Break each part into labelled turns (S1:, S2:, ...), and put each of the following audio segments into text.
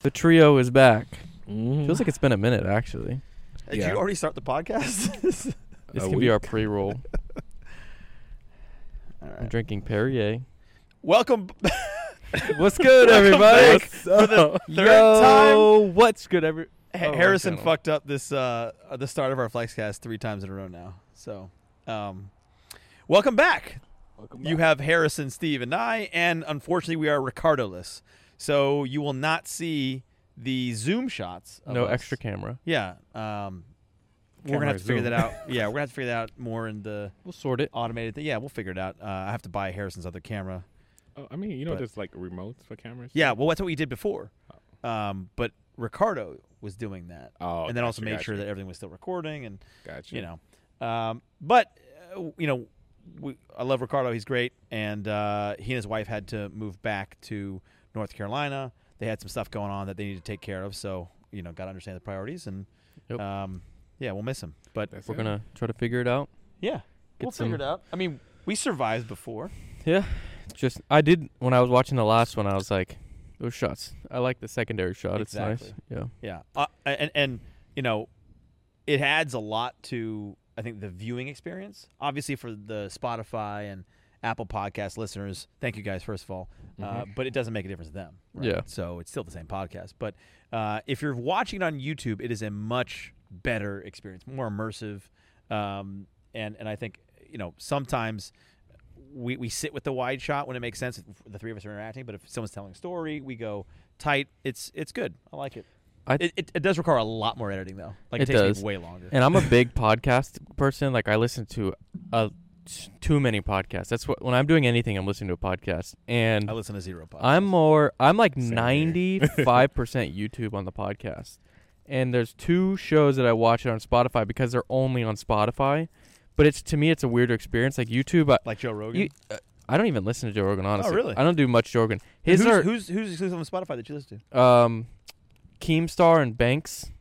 S1: The trio is back.
S2: Mm-hmm.
S1: Feels like it's been a minute, actually.
S3: Did
S2: Yeah.
S3: you already start the podcast?
S1: This
S2: A
S1: can be our pre-roll.
S3: All
S1: I'm Oh,
S3: right.
S1: drinking Perrier.
S3: Welcome.
S1: What's good, everybody?
S3: back for the third
S1: Yo, what's good, every?
S3: Ha-
S1: Oh,
S3: Harrison
S1: okay.
S3: fucked up this uh, uh, the start of our Flexcast three times in a row now. So, um, welcome back. you have Harrison, Steve, and I, and unfortunately, we are Ricardo-less. So you will not see the Zoom shots. Of
S1: No
S3: us.
S1: extra camera.
S3: Yeah. Um, we're
S1: Camera
S3: gonna have to figure
S1: Zoom.
S3: that out. Yeah, we're gonna have to figure that out more in the
S1: We'll sort it.
S3: automated thing. Yeah, we'll figure it out. Uh, I have to buy Harrison's other camera.
S2: Oh, I mean, you know,
S3: But-
S2: there's like remotes for cameras.
S3: Yeah, well, that's what we did before.
S1: Oh.
S3: Um, but Ricardo was doing that,
S2: Oh,
S3: and then also
S2: gotcha,
S3: made sure
S2: gotcha,
S3: that everything was still recording, and
S2: gotcha.
S3: you know, um, but uh, you know, we, I love Ricardo; he's great, and uh, he and his wife had to move back to North Carolina. They had some stuff going on that they needed to take care of, so you know, got to understand the priorities, and
S1: Yep.
S3: um, yeah, we'll miss him, but
S2: That's
S1: We're
S2: it.
S1: gonna try to figure it out.
S3: yeah,
S1: Get
S3: we'll figure
S1: some-
S3: it out. I mean, we survived before.
S1: Yeah. Just I did when I was watching the last one. I was like, those shots. I like the secondary shot. It's
S3: Exactly.
S1: nice. Yeah.
S3: Yeah, uh, and and you know, it adds a lot to I think the viewing experience. Obviously, for the Spotify and Apple Podcast listeners, thank you guys first of all. Uh, but it doesn't make a difference to them. Right?
S1: Yeah.
S3: So it's still the same podcast. But uh, if you're watching it on YouTube, it is a much better experience, more immersive, um, and and I think you know sometimes. We, we sit with the wide shot when it makes sense. If the three of us are interacting, but if someone's telling a story, we go tight. It's it's good. I like it.
S1: I-
S3: it, it, it does require a lot more editing though. Like it,
S1: It
S3: takes
S1: does.
S3: me way longer.
S1: And I'm a big podcast person. Like I listen to uh, t- too many podcasts. That's what when I'm doing anything, I'm listening to a podcast. And
S3: I listen to zero podcasts.
S1: I'm more. I'm like
S2: Same here.
S1: ninety five percent YouTube on the podcast, and there's two shows that I watch on Spotify because they're only on Spotify. But it's to me, it's a weirder experience. Like YouTube, I,
S3: like Joe Rogan.
S1: you, uh, I don't even listen to Joe Rogan. Honestly,
S3: Oh, really?
S1: I don't do much Joe Rogan. His
S3: who's,
S1: are
S3: who's who's exclusive on Spotify that you listen to?
S1: um, Keemstar and Banks,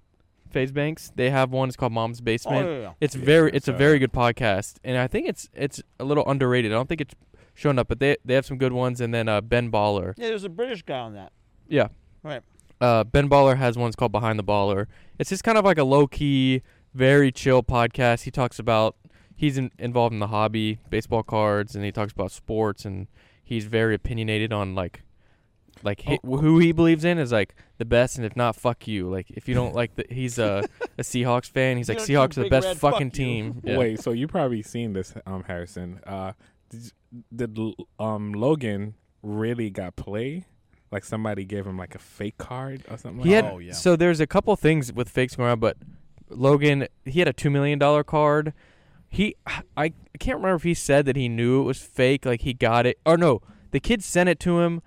S1: Phase Banks. They have one. It's called Mom's
S3: Oh, yeah,
S1: Basement.
S3: yeah, yeah.
S1: It's
S2: Yeah,
S1: very, it's a
S2: so-
S1: very good podcast, and I think it's it's a little underrated. I don't think it's shown up, but they they have some good ones. And then uh, Ben Baller,
S3: Yeah, there's a British guy on that.
S1: yeah,
S3: Right.
S1: uh, Ben Baller has one's called Behind the Baller. It's just kind of like a low key, very chill podcast. He talks about he's in, involved in the hobby, baseball cards, and he talks about sports, and he's very opinionated on like, like hi-
S3: Oh,
S1: who he believes in is like the best, and if not, fuck you. Like if you don't like the, he's a, a Seahawks fan. He's
S3: You
S1: like
S3: don't do
S1: Seahawks are the
S3: big
S1: best
S3: red fuck
S1: fucking
S3: you."
S1: team. Yeah.
S2: Wait, so you probably seen this, um, Harrison? Uh, did, you- did L- um Logan really got play? Like somebody gave him like a fake card or something.
S1: He
S2: like
S1: had
S2: that?
S3: Oh, yeah.
S1: so there's a couple things with fakes going on, but Logan he had a two million dollar card. He I can't remember if he said that he knew it was fake, like he got it or no, the kid sent it to him.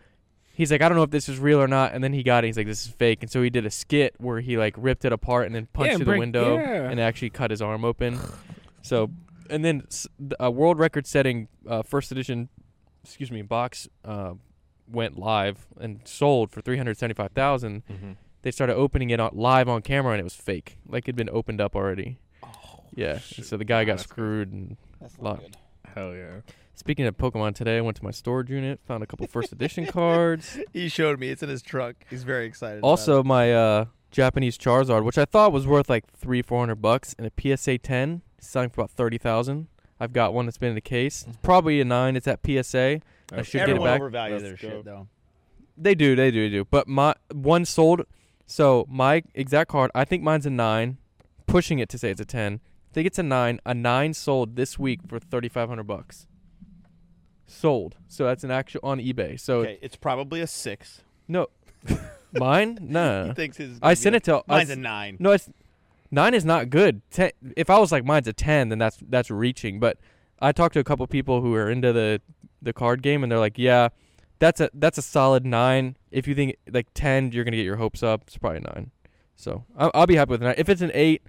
S1: He's like, I don't know if this is real or not, and then he got it. He's like, this is fake, and so he did a skit where he like ripped it apart and then punched
S2: and
S1: through the
S2: break-
S1: window
S2: yeah.
S1: and actually cut his arm open. so, and then s- th- a world record setting uh, first edition, excuse me, box uh, went live and sold for three hundred seventy five thousand
S2: Mhm.
S1: they started opening it on, live on camera and it was fake. Like it'd been opened up already. Oh, yeah. and
S2: shoot.
S1: So the guy
S2: Nah,
S1: got
S2: that's
S1: screwed. And
S3: That's
S1: not Lot.
S3: good.
S2: Hell yeah.
S1: speaking of Pokemon, today I went to my storage unit, found a couple first edition cards.
S3: He showed me. It's in his trunk. He's very excited. about
S1: Also, my uh, Japanese Charizard, which I thought was worth like three, four hundred bucks, and a PSA ten, it's selling for about thirty thousand. I've got one that's been in the case. It's probably a nine. It's at PSA. I
S2: Okay.
S3: it.
S1: should get it
S3: everyone
S1: back.
S3: overvalues their
S2: Let's go.
S3: shit though.
S1: They do, they do, they do. But my one sold. So my exact card, I think mine's a nine. Pushing it to say it's a ten. I think it's a nine. A nine sold this week for thirty five hundred bucks. Sold. So that's an actual on eBay. So
S3: Okay, it's probably a six.
S1: no, mine no.
S3: He thinks his.
S1: Uh, I sent it to. I
S3: Mine's
S1: s-
S3: a nine.
S1: no, it's nine is not good. Ten, if I was like mine's a ten, then that's that's reaching. But I talked to a couple people who are into the the card game, and they're like, yeah, that's a that's a solid nine. If you think like ten, you're gonna get your hopes up. It's probably nine. So I'll, I'll be happy with a nine. If it's an eight,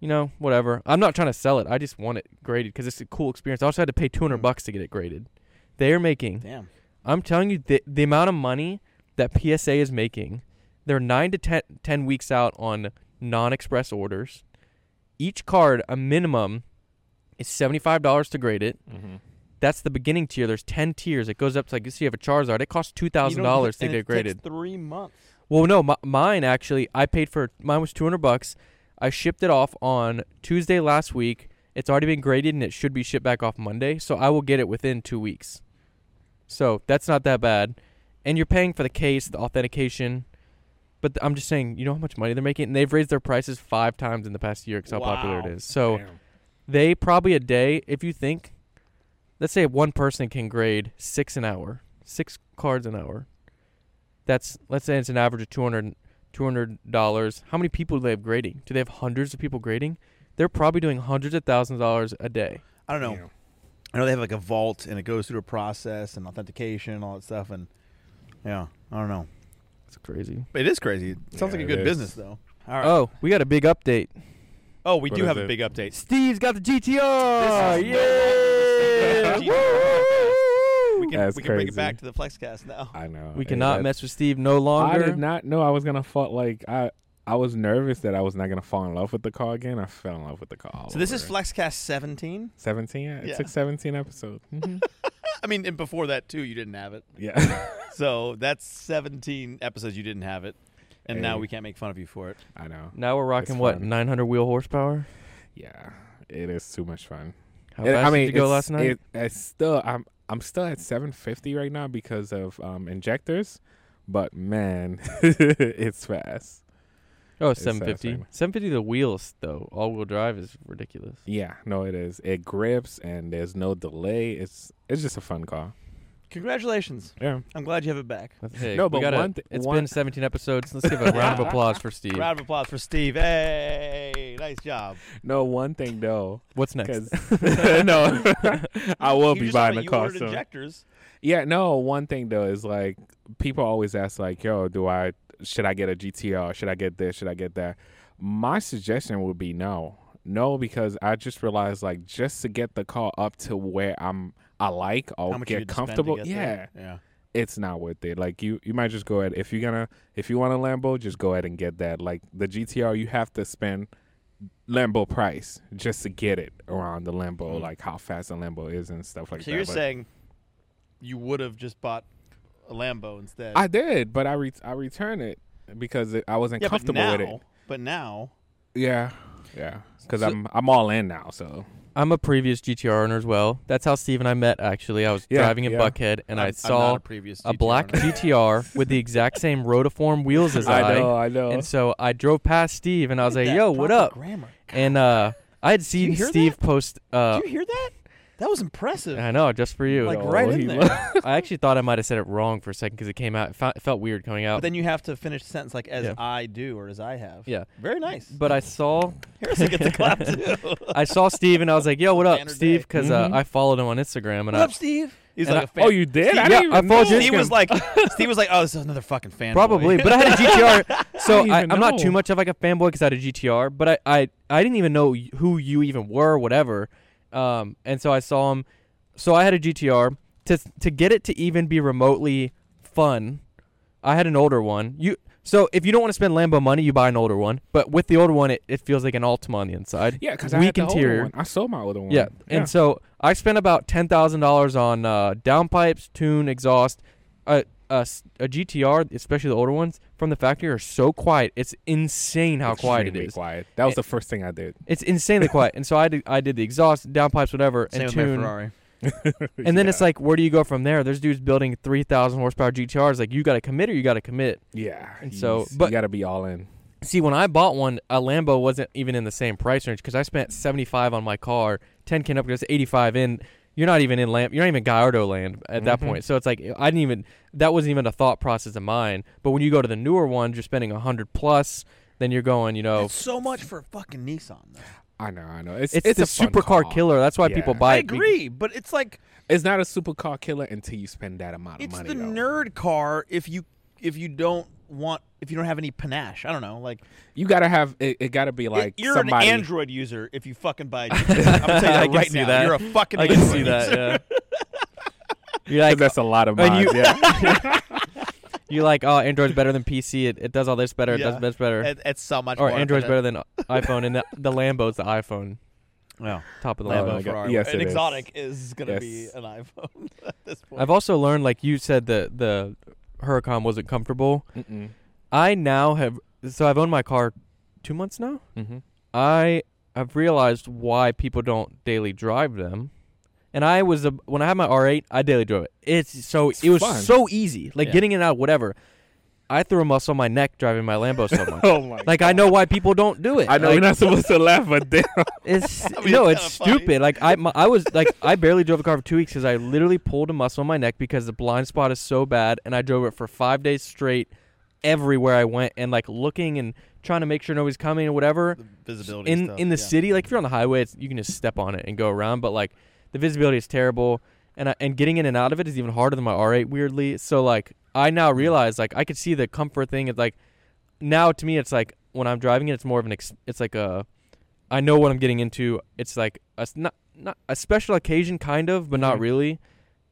S1: you know, whatever. I'm not trying to sell it. I just want it graded because it's a cool experience. I also had to pay 200
S3: Mm.
S1: bucks to get it graded. They are making
S3: Damn.
S1: I'm telling you, the, the amount of money that PSA is making, they're nine to ten, 10 weeks out on non express orders. Each card, a minimum, is $75 to grade it.
S2: Mhm.
S1: That's the beginning tier. There's 10 tiers. It goes up to, like, you see, you have a Charizard. It costs
S3: You don't-
S1: $2,000 to
S3: and
S1: get
S3: it
S1: graded.
S3: Takes three months.
S1: Well, no, m- mine actually. I paid for mine was two hundred bucks. I shipped it off on Tuesday last week. It's already been graded and it should be shipped back off Monday. So I will get it within two weeks. So that's not that bad. And you're paying for the case, the authentication. But th- I'm just saying, you know how much money they're making, and they've raised their prices five times in the past year because how popular
S3: Wow.
S1: it is. So
S2: Damn.
S1: they probably a day, if you think, let's say one person can grade six an hour, six cards an hour. That's let's say it's an average of 200 dollars. How many people do they have grading? Do they have hundreds of people grading? They're probably doing hundreds of thousands of dollars a day.
S3: I don't know.
S2: Damn.
S3: I know they have like a vault and it goes through a process and authentication and all that stuff. And yeah, I don't know.
S1: That's crazy.
S3: It is crazy. It sounds
S2: Yeah,
S3: like a
S2: it
S3: good
S2: is.
S3: business though. All right.
S1: Oh, we got a big update.
S3: Oh, we
S2: What
S3: do
S2: is
S3: have a
S2: it?
S3: big update.
S1: Steve's got the GTR.
S3: This is no longer the
S1: Yeah.
S3: Steve GTR podcast.
S1: Woo!
S3: We can,
S2: That's
S3: we can bring it
S2: crazy.
S3: back to the Flexcast now.
S2: I know.
S1: We
S2: Hey,
S1: cannot
S2: that-
S1: mess with Steve no
S2: I
S1: longer.
S2: did not know I was gonna fall. Like I, I was nervous that I was not gonna fall in love with the car again. I fell in love with the car. all
S3: So this is
S2: over.
S3: Flexcast 17.
S2: seventeen. It
S3: Yeah.
S2: took seventeen episodes.
S1: Mm-hmm.
S2: Mhm.
S3: I mean, and before that too, you didn't have it.
S2: yeah,
S3: So that's 17 episodes you didn't have it, and now
S2: Hey.
S3: we can't make fun of you for it.
S2: I know.
S1: Now we're rocking
S2: It's
S1: what
S2: fun.
S1: 900 wheel horsepower.
S2: Yeah, it is too much fun.
S1: How
S2: It-
S1: fast
S2: I mean,
S1: did you go
S2: it's-
S1: last night?
S2: It, it's still. I'm I'm still at seven fifty right now because of um, injectors, but man, it's fast.
S1: oh,
S2: it's, uh,
S1: 750.
S2: same.
S1: 750 the wheels though. All-wheel drive is ridiculous.
S2: Yeah, no, it is. It grips and there's no delay. It's it's just a fun car.
S3: Congratulations!
S2: Yeah.
S3: I'm glad you have it back.
S1: That's- hey,
S2: No,
S1: we
S2: but
S1: gotta-
S2: one thi-
S1: it's
S2: one-
S1: been 17 episodes. Let's give a round of applause for Steve.
S3: Round of applause for Steve. Hey, nice job.
S2: No, one thing though,
S1: What's next?
S2: because no, I will be
S3: You just told
S2: buying
S3: me
S2: a
S3: you
S2: car
S3: ordered
S2: soon.
S3: injectors.
S2: Yeah, no. One thing though is like people always ask like, "Yo, do I should I get a GTR? Should I get this? Should I get that?" My suggestion would be no, no, because I just realized like just to get the car up to where I'm, I like, I'll
S3: How much you
S2: get
S3: had to spend to
S2: comfortable.
S3: get
S2: yeah,
S3: there. yeah.
S2: it's not worth it. Like you, you might just go ahead if you're gonna if you want a Lambo, just go ahead and get that. Like the GTR, you have to spend Lambo price just to get it around the Lambo,
S3: Mm.
S2: like how fast a Lambo is and stuff like
S3: so
S2: that.
S3: you're
S2: but-
S3: saying you would have just bought a Lambo instead?
S2: I did, but I re- I returned it because it, I wasn't
S3: yeah, but
S2: comfortable
S3: now,
S2: with it.
S3: but now,
S2: Yeah, yeah, because
S1: So-
S2: I'm I'm all in now. So
S1: I'm a previous GTR owner as well. That's how Steve and I met. Actually, I was
S2: Yeah,
S1: driving in
S2: yeah.
S1: Buckhead and
S3: I'm-
S1: I
S3: I'm
S1: saw
S3: not a, previous
S1: a black
S3: GTR.
S1: GTR with the exact same rotiform wheels as I.
S2: I know, I know.
S1: And so I drove past Steve and I was
S3: Look at
S1: like,
S3: that
S1: "Yo, what
S3: proper
S1: up?"
S3: Grammar.
S1: And uh, I had seen
S3: you hear
S1: Steve
S3: that?
S1: post. Uh,
S3: Did you hear that? That was impressive.
S1: I know, just for you.
S3: like
S2: No,
S3: right
S2: he
S3: in there.
S1: I actually thought I might have said it wrong for a second because it came out. It, fe- it felt weird coming out.
S3: But then you have to finish the sentence like as
S1: Yeah.
S3: I do or as I have.
S1: Yeah.
S3: Very nice.
S1: But I saw,
S3: Harrison gets a clap too.
S1: I saw Steve, and I was like, "Yo, what up,
S3: Banner
S1: Steve?"
S3: day.
S1: Because
S2: Mhm.
S1: uh, I followed him on Instagram, and
S3: What up, Steve? He's
S1: And I-
S3: like a fan.
S2: oh, you did? I
S1: Yeah,
S2: didn't even
S1: I fooled
S2: know.
S1: you.
S3: Steve was like, Steve was like, oh, this is another fucking fan.
S1: I probably. But I had a GTR, so
S2: didn't
S1: I,
S2: even
S1: I'm not
S2: know.
S1: too much of like a fanboy because I had a GTR. But I, I, I didn't even know y- who you even were, whatever. Um, and so I saw him. So I had a GTR to to get it to even be remotely fun. I had an older one. You. So if you don't want to spend Lambo money, you buy an older one. But with the older one, it, it feels like an Altima on the inside.
S2: yeah, because I
S1: weak
S2: had the older
S1: interior.
S2: one. I sold my older one.
S1: Yeah. And so I spent about ten thousand dollars on uh, downpipes, tune, exhaust. A, a s- a GTR, especially the older ones from the factory, are so quiet. It's insane how quiet it
S2: Extremely
S1: is.
S2: Quiet. That was
S1: It-
S2: the first thing I did.
S1: It's insanely quiet. And so I did, I did the exhaust, downpipes, whatever,
S3: Same
S1: and
S3: with my
S1: tune.
S3: Ferrari.
S1: And then it's like, where do you go from there? There's dudes building three thousand horsepower GTRs. Like you got to commit or you got to commit.
S2: yeah.
S1: and
S2: you
S1: so-
S2: s-
S1: but-
S2: you got to be all in.
S1: See, when I bought one, a Lambo wasn't even in the same price range because I spent seventy five on my car, ten can up to eighty five in. You're not even in Lam- you're not even Gallardo land at that
S2: Mhm.
S1: point. So it's like I didn't even that wasn't even a thought process of mine. But when you go to the newer ones, you're spending a hundred plus. Then you're going, you know,
S3: That's so much for a fucking Nissan. though.
S2: I know, I know. It's
S1: it's,
S2: it's,
S1: the
S2: a fun
S1: supercar
S2: car.
S1: killer. That's why people
S2: Yeah.
S1: buy
S3: I
S1: it. be-
S3: agree, but it's like
S2: It's not a supercar killer until you spend that amount
S3: it's
S2: of money.
S3: the
S2: though.
S3: nerd car. If you if you don't want if you don't have any panache, I don't know. Like
S2: You gotta have it. It gotta be like
S3: you're
S2: somebody.
S3: an Android user if you fucking buy. A GTR. I'm gonna tell you
S1: I
S3: that
S1: can
S3: right
S1: see
S3: now.
S1: that.
S3: You're a fucking.
S1: I can
S3: Android
S1: see
S3: user.
S1: that. Yeah. You're
S2: 'Cause
S1: like
S2: that's a lot of
S1: And
S2: mine.
S1: you-
S2: yeah.
S1: you're like oh Android's better than PC it, it does all this better
S3: Yeah.
S1: it does this better
S3: It- it's so much.
S1: or
S3: more
S1: Android's
S3: than-
S1: better than iPhone and the, the Lambo's the iPhone
S3: Yeah.
S1: top of the
S2: Lambo
S1: line.
S2: my
S3: Lambo
S2: God.
S3: Ferrari.
S2: Yes,
S3: an
S2: it is.
S3: exotic is, gonna be
S2: Yes.
S3: an iPhone at this point.
S1: I've also learned, like you said, that the Huracan wasn't comfortable.
S2: Mm-mm.
S1: I now have so I've owned my car two months now.
S2: Mm-hmm.
S1: I have realized why people don't daily drive them. And I was a, when I had my R8, I daily drove it. It's so
S2: It's
S1: it was
S2: fun.
S1: so easy, like
S3: Yeah.
S1: getting in and out, whatever. I threw a muscle on my neck driving my Lambo so much.
S2: Oh my!
S1: like I know why people don't do it.
S2: I know
S1: Like,
S2: we're not supposed to laugh, but damn.
S1: It's
S3: I mean,
S1: no,
S3: it's
S1: it's
S3: kinda funny.
S1: stupid. Like I, my, I was like, I barely drove a car for two weeks because I literally pulled a muscle on my neck because the blind spot is so bad, and I drove it for five days straight, everywhere I went, and like looking and trying to make sure nobody's coming or whatever.
S3: The visibility
S1: In
S3: stuff,
S1: in the
S3: yeah.
S1: city, like if you're on the highway, it's, you can just step on it and go around, but like the visibility is terrible, and I, and getting in and out of it is even harder than my R8. Weirdly, so like I now realize like I could see the comfort thing. It's like now to me, it's like when I'm driving it, it's more of an ex- it's like a I know what I'm getting into. It's like a s- not not a special occasion kind of, but not
S3: Mm-hmm.
S2: Mhm.
S1: really.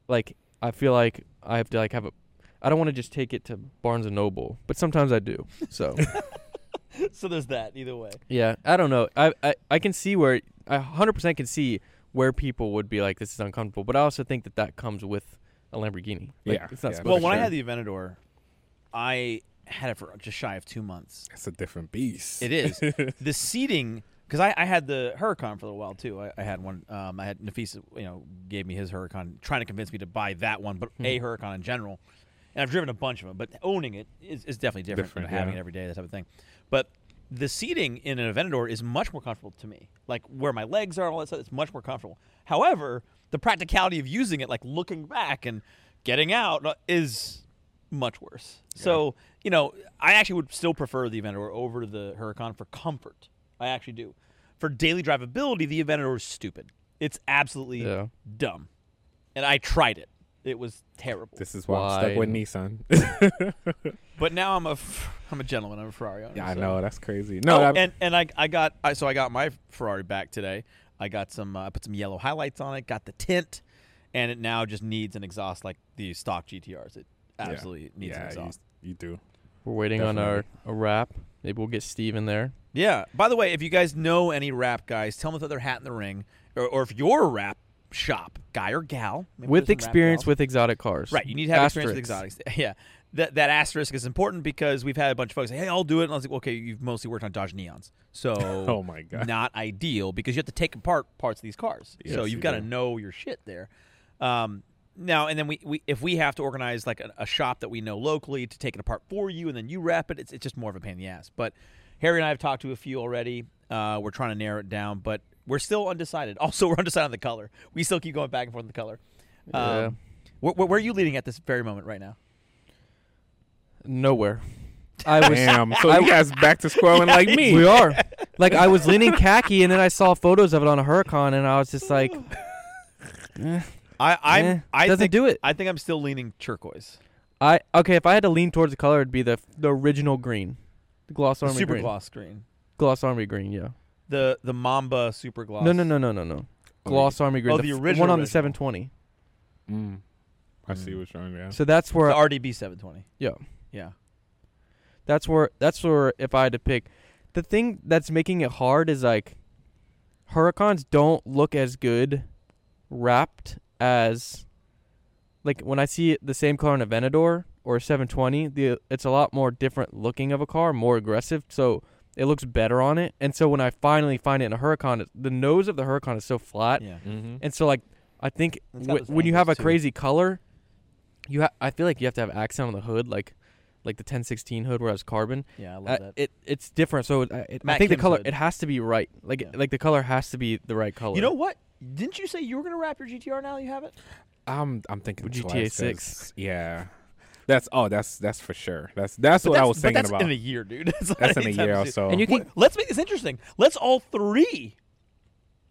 S1: Like I feel like I have to like have a I don't want to just take it to Barnes and Noble, but sometimes I do. So
S3: so there's that either way.
S1: yeah, I don't know. I I, I can see where I 100% can see where people would be like this is uncomfortable, but I also think that that comes with a Lamborghini. Like,
S2: Yeah,
S1: it's not
S2: yeah.
S1: supposed
S3: Well,
S1: to
S3: when I
S1: be.
S3: had the Aventador, I had it for just shy of two months.
S2: That's a different beast.
S3: It is the seating because I, I had the Huracan for a little while too. I, I had one. Um, I had Nafisa, you know, gave me his Huracan, trying to convince me to buy that one,
S2: Hmm.
S3: but a Huracan in general. And I've driven a bunch of them, but owning it is, is definitely different,
S2: Different,
S3: from having
S2: yeah.
S3: it every day, that type of thing. But the seating in an Aventador is much more comfortable to me. Like where my legs are and all that stuff, it's much more comfortable. However, the practicality of using it, like looking back and getting out, uh, is much worse. So, you know, I actually would still prefer the Aventador over the Huracan for comfort. I actually do. For daily drivability, the Aventador is stupid. It's absolutely
S1: Yeah.
S3: dumb. And I tried it. It was terrible.
S2: This is why, I'm stuck
S1: Why?
S2: with Nissan.
S3: but now I'm a f- I'm a gentleman. I'm a Ferrari owner.
S2: yeah, I
S3: so-
S2: know that's crazy. No,
S3: Oh,
S2: I-
S3: and and I I got I, so I got my Ferrari back today. I got some uh, I put some yellow highlights on it. Got the tint, and it now just needs an exhaust like the stock GTRs. It
S2: yeah.
S3: absolutely needs
S2: Yeah,
S3: an
S2: you-
S3: exhaust.
S2: You, do.
S1: We're waiting on
S2: Definitely.
S1: our a wrap. Maybe we'll get Steve in there.
S3: Yeah. By the way, if you guys know any rap guys, tell them that they're hat in the ring, or, or if you're a rap shop guy or gal maybe
S1: with
S3: there's some rap
S1: experience
S3: gals.
S1: with exotic cars.
S3: Right, you need to have experience
S1: Asterisks.
S3: with exotics. Yeah, that that asterisk is important because we've had a bunch of folks say, "Hey, I'll do it," and I was like, "Okay, you've mostly worked on Dodge Neons, so
S2: Oh my god.
S3: not ideal because you have to take apart parts of these cars.
S2: Yes,
S3: so you've
S2: you
S3: got to
S2: do.
S3: know your shit there. Um, now and then we, we if we have to organize like a, a shop that we know locally to take it apart for you and then you wrap it, it's, it's just more of a pain in the ass. But Harry and I have talked to a few already. Uh, we're trying to narrow it down, but we're still undecided. Also, we're undecided on the color. We still keep going back and forth on the color.
S1: Yeah.
S3: um, wh- wh- where are you leading at this very moment right now?
S1: Nowhere. I was
S2: Damn. So you guys back to squaring like me.
S1: We are. Like I was leaning khaki, and then I saw photos of it on a Huracan, and I was just like,
S3: I I'm,
S1: Eh,
S3: I
S1: doesn't
S3: think,
S1: do it.
S3: I think I'm still leaning turquoise,
S1: I okay. If I had to lean towards the color, it'd be the the original green, the gloss
S3: the
S1: army
S3: super
S1: green,
S3: gloss green,
S1: gloss army green. Yeah.
S3: the the Mamba super gloss.
S1: No, no, no, no, no, no. Gloss army green.
S3: oh,
S1: the,
S3: the
S1: f-
S3: original,
S1: one on
S3: original.
S1: the 720.
S2: Mm. I see what's wrong. Yeah.
S1: So that's where.
S3: The RDB 720.
S1: Yeah.
S3: Yeah.
S1: that's where. That's where. If I had to pick, the thing that's making it hard is like, Huracans don't look as good, wrapped as, like when I see the same car in a Venador or a 720, the it's a lot more different looking of a car, more aggressive. So. It looks better on it, and so when I finally find it in a Huracan, it- the nose of the Huracan is so flat,
S3: Yeah.
S2: Mm-hmm.
S1: And so like I think
S3: It's got
S1: w-
S3: those
S1: when you have a
S3: angles, too.
S1: crazy color, you ha- I feel like you have to have accent on the hood, like like the 1016 hood where it has carbon.
S3: Yeah, I love
S1: Uh,
S3: that.
S1: it it's different. So it, it, I
S3: Matt
S1: think the
S3: Kim's
S1: color
S3: hood.
S1: it has to be right. Like
S3: Yeah.
S1: like the color has to be the right color.
S3: You know what? Didn't you say you were going to wrap your GTR now you have it?
S2: I'm I'm thinking
S1: GTA
S2: twice,
S1: 6.
S2: 'cause- Yeah. That's oh that's that's for sure. That's that's
S3: But
S2: what I
S3: that's-
S2: was
S3: but
S2: thinking
S3: that's
S2: about.
S3: in a year, dude. That's, not
S2: that's in a
S3: anytime
S2: year or
S3: soon.
S2: so.
S1: And you
S3: Wait,
S1: can,
S3: let's make this interesting. Let's all three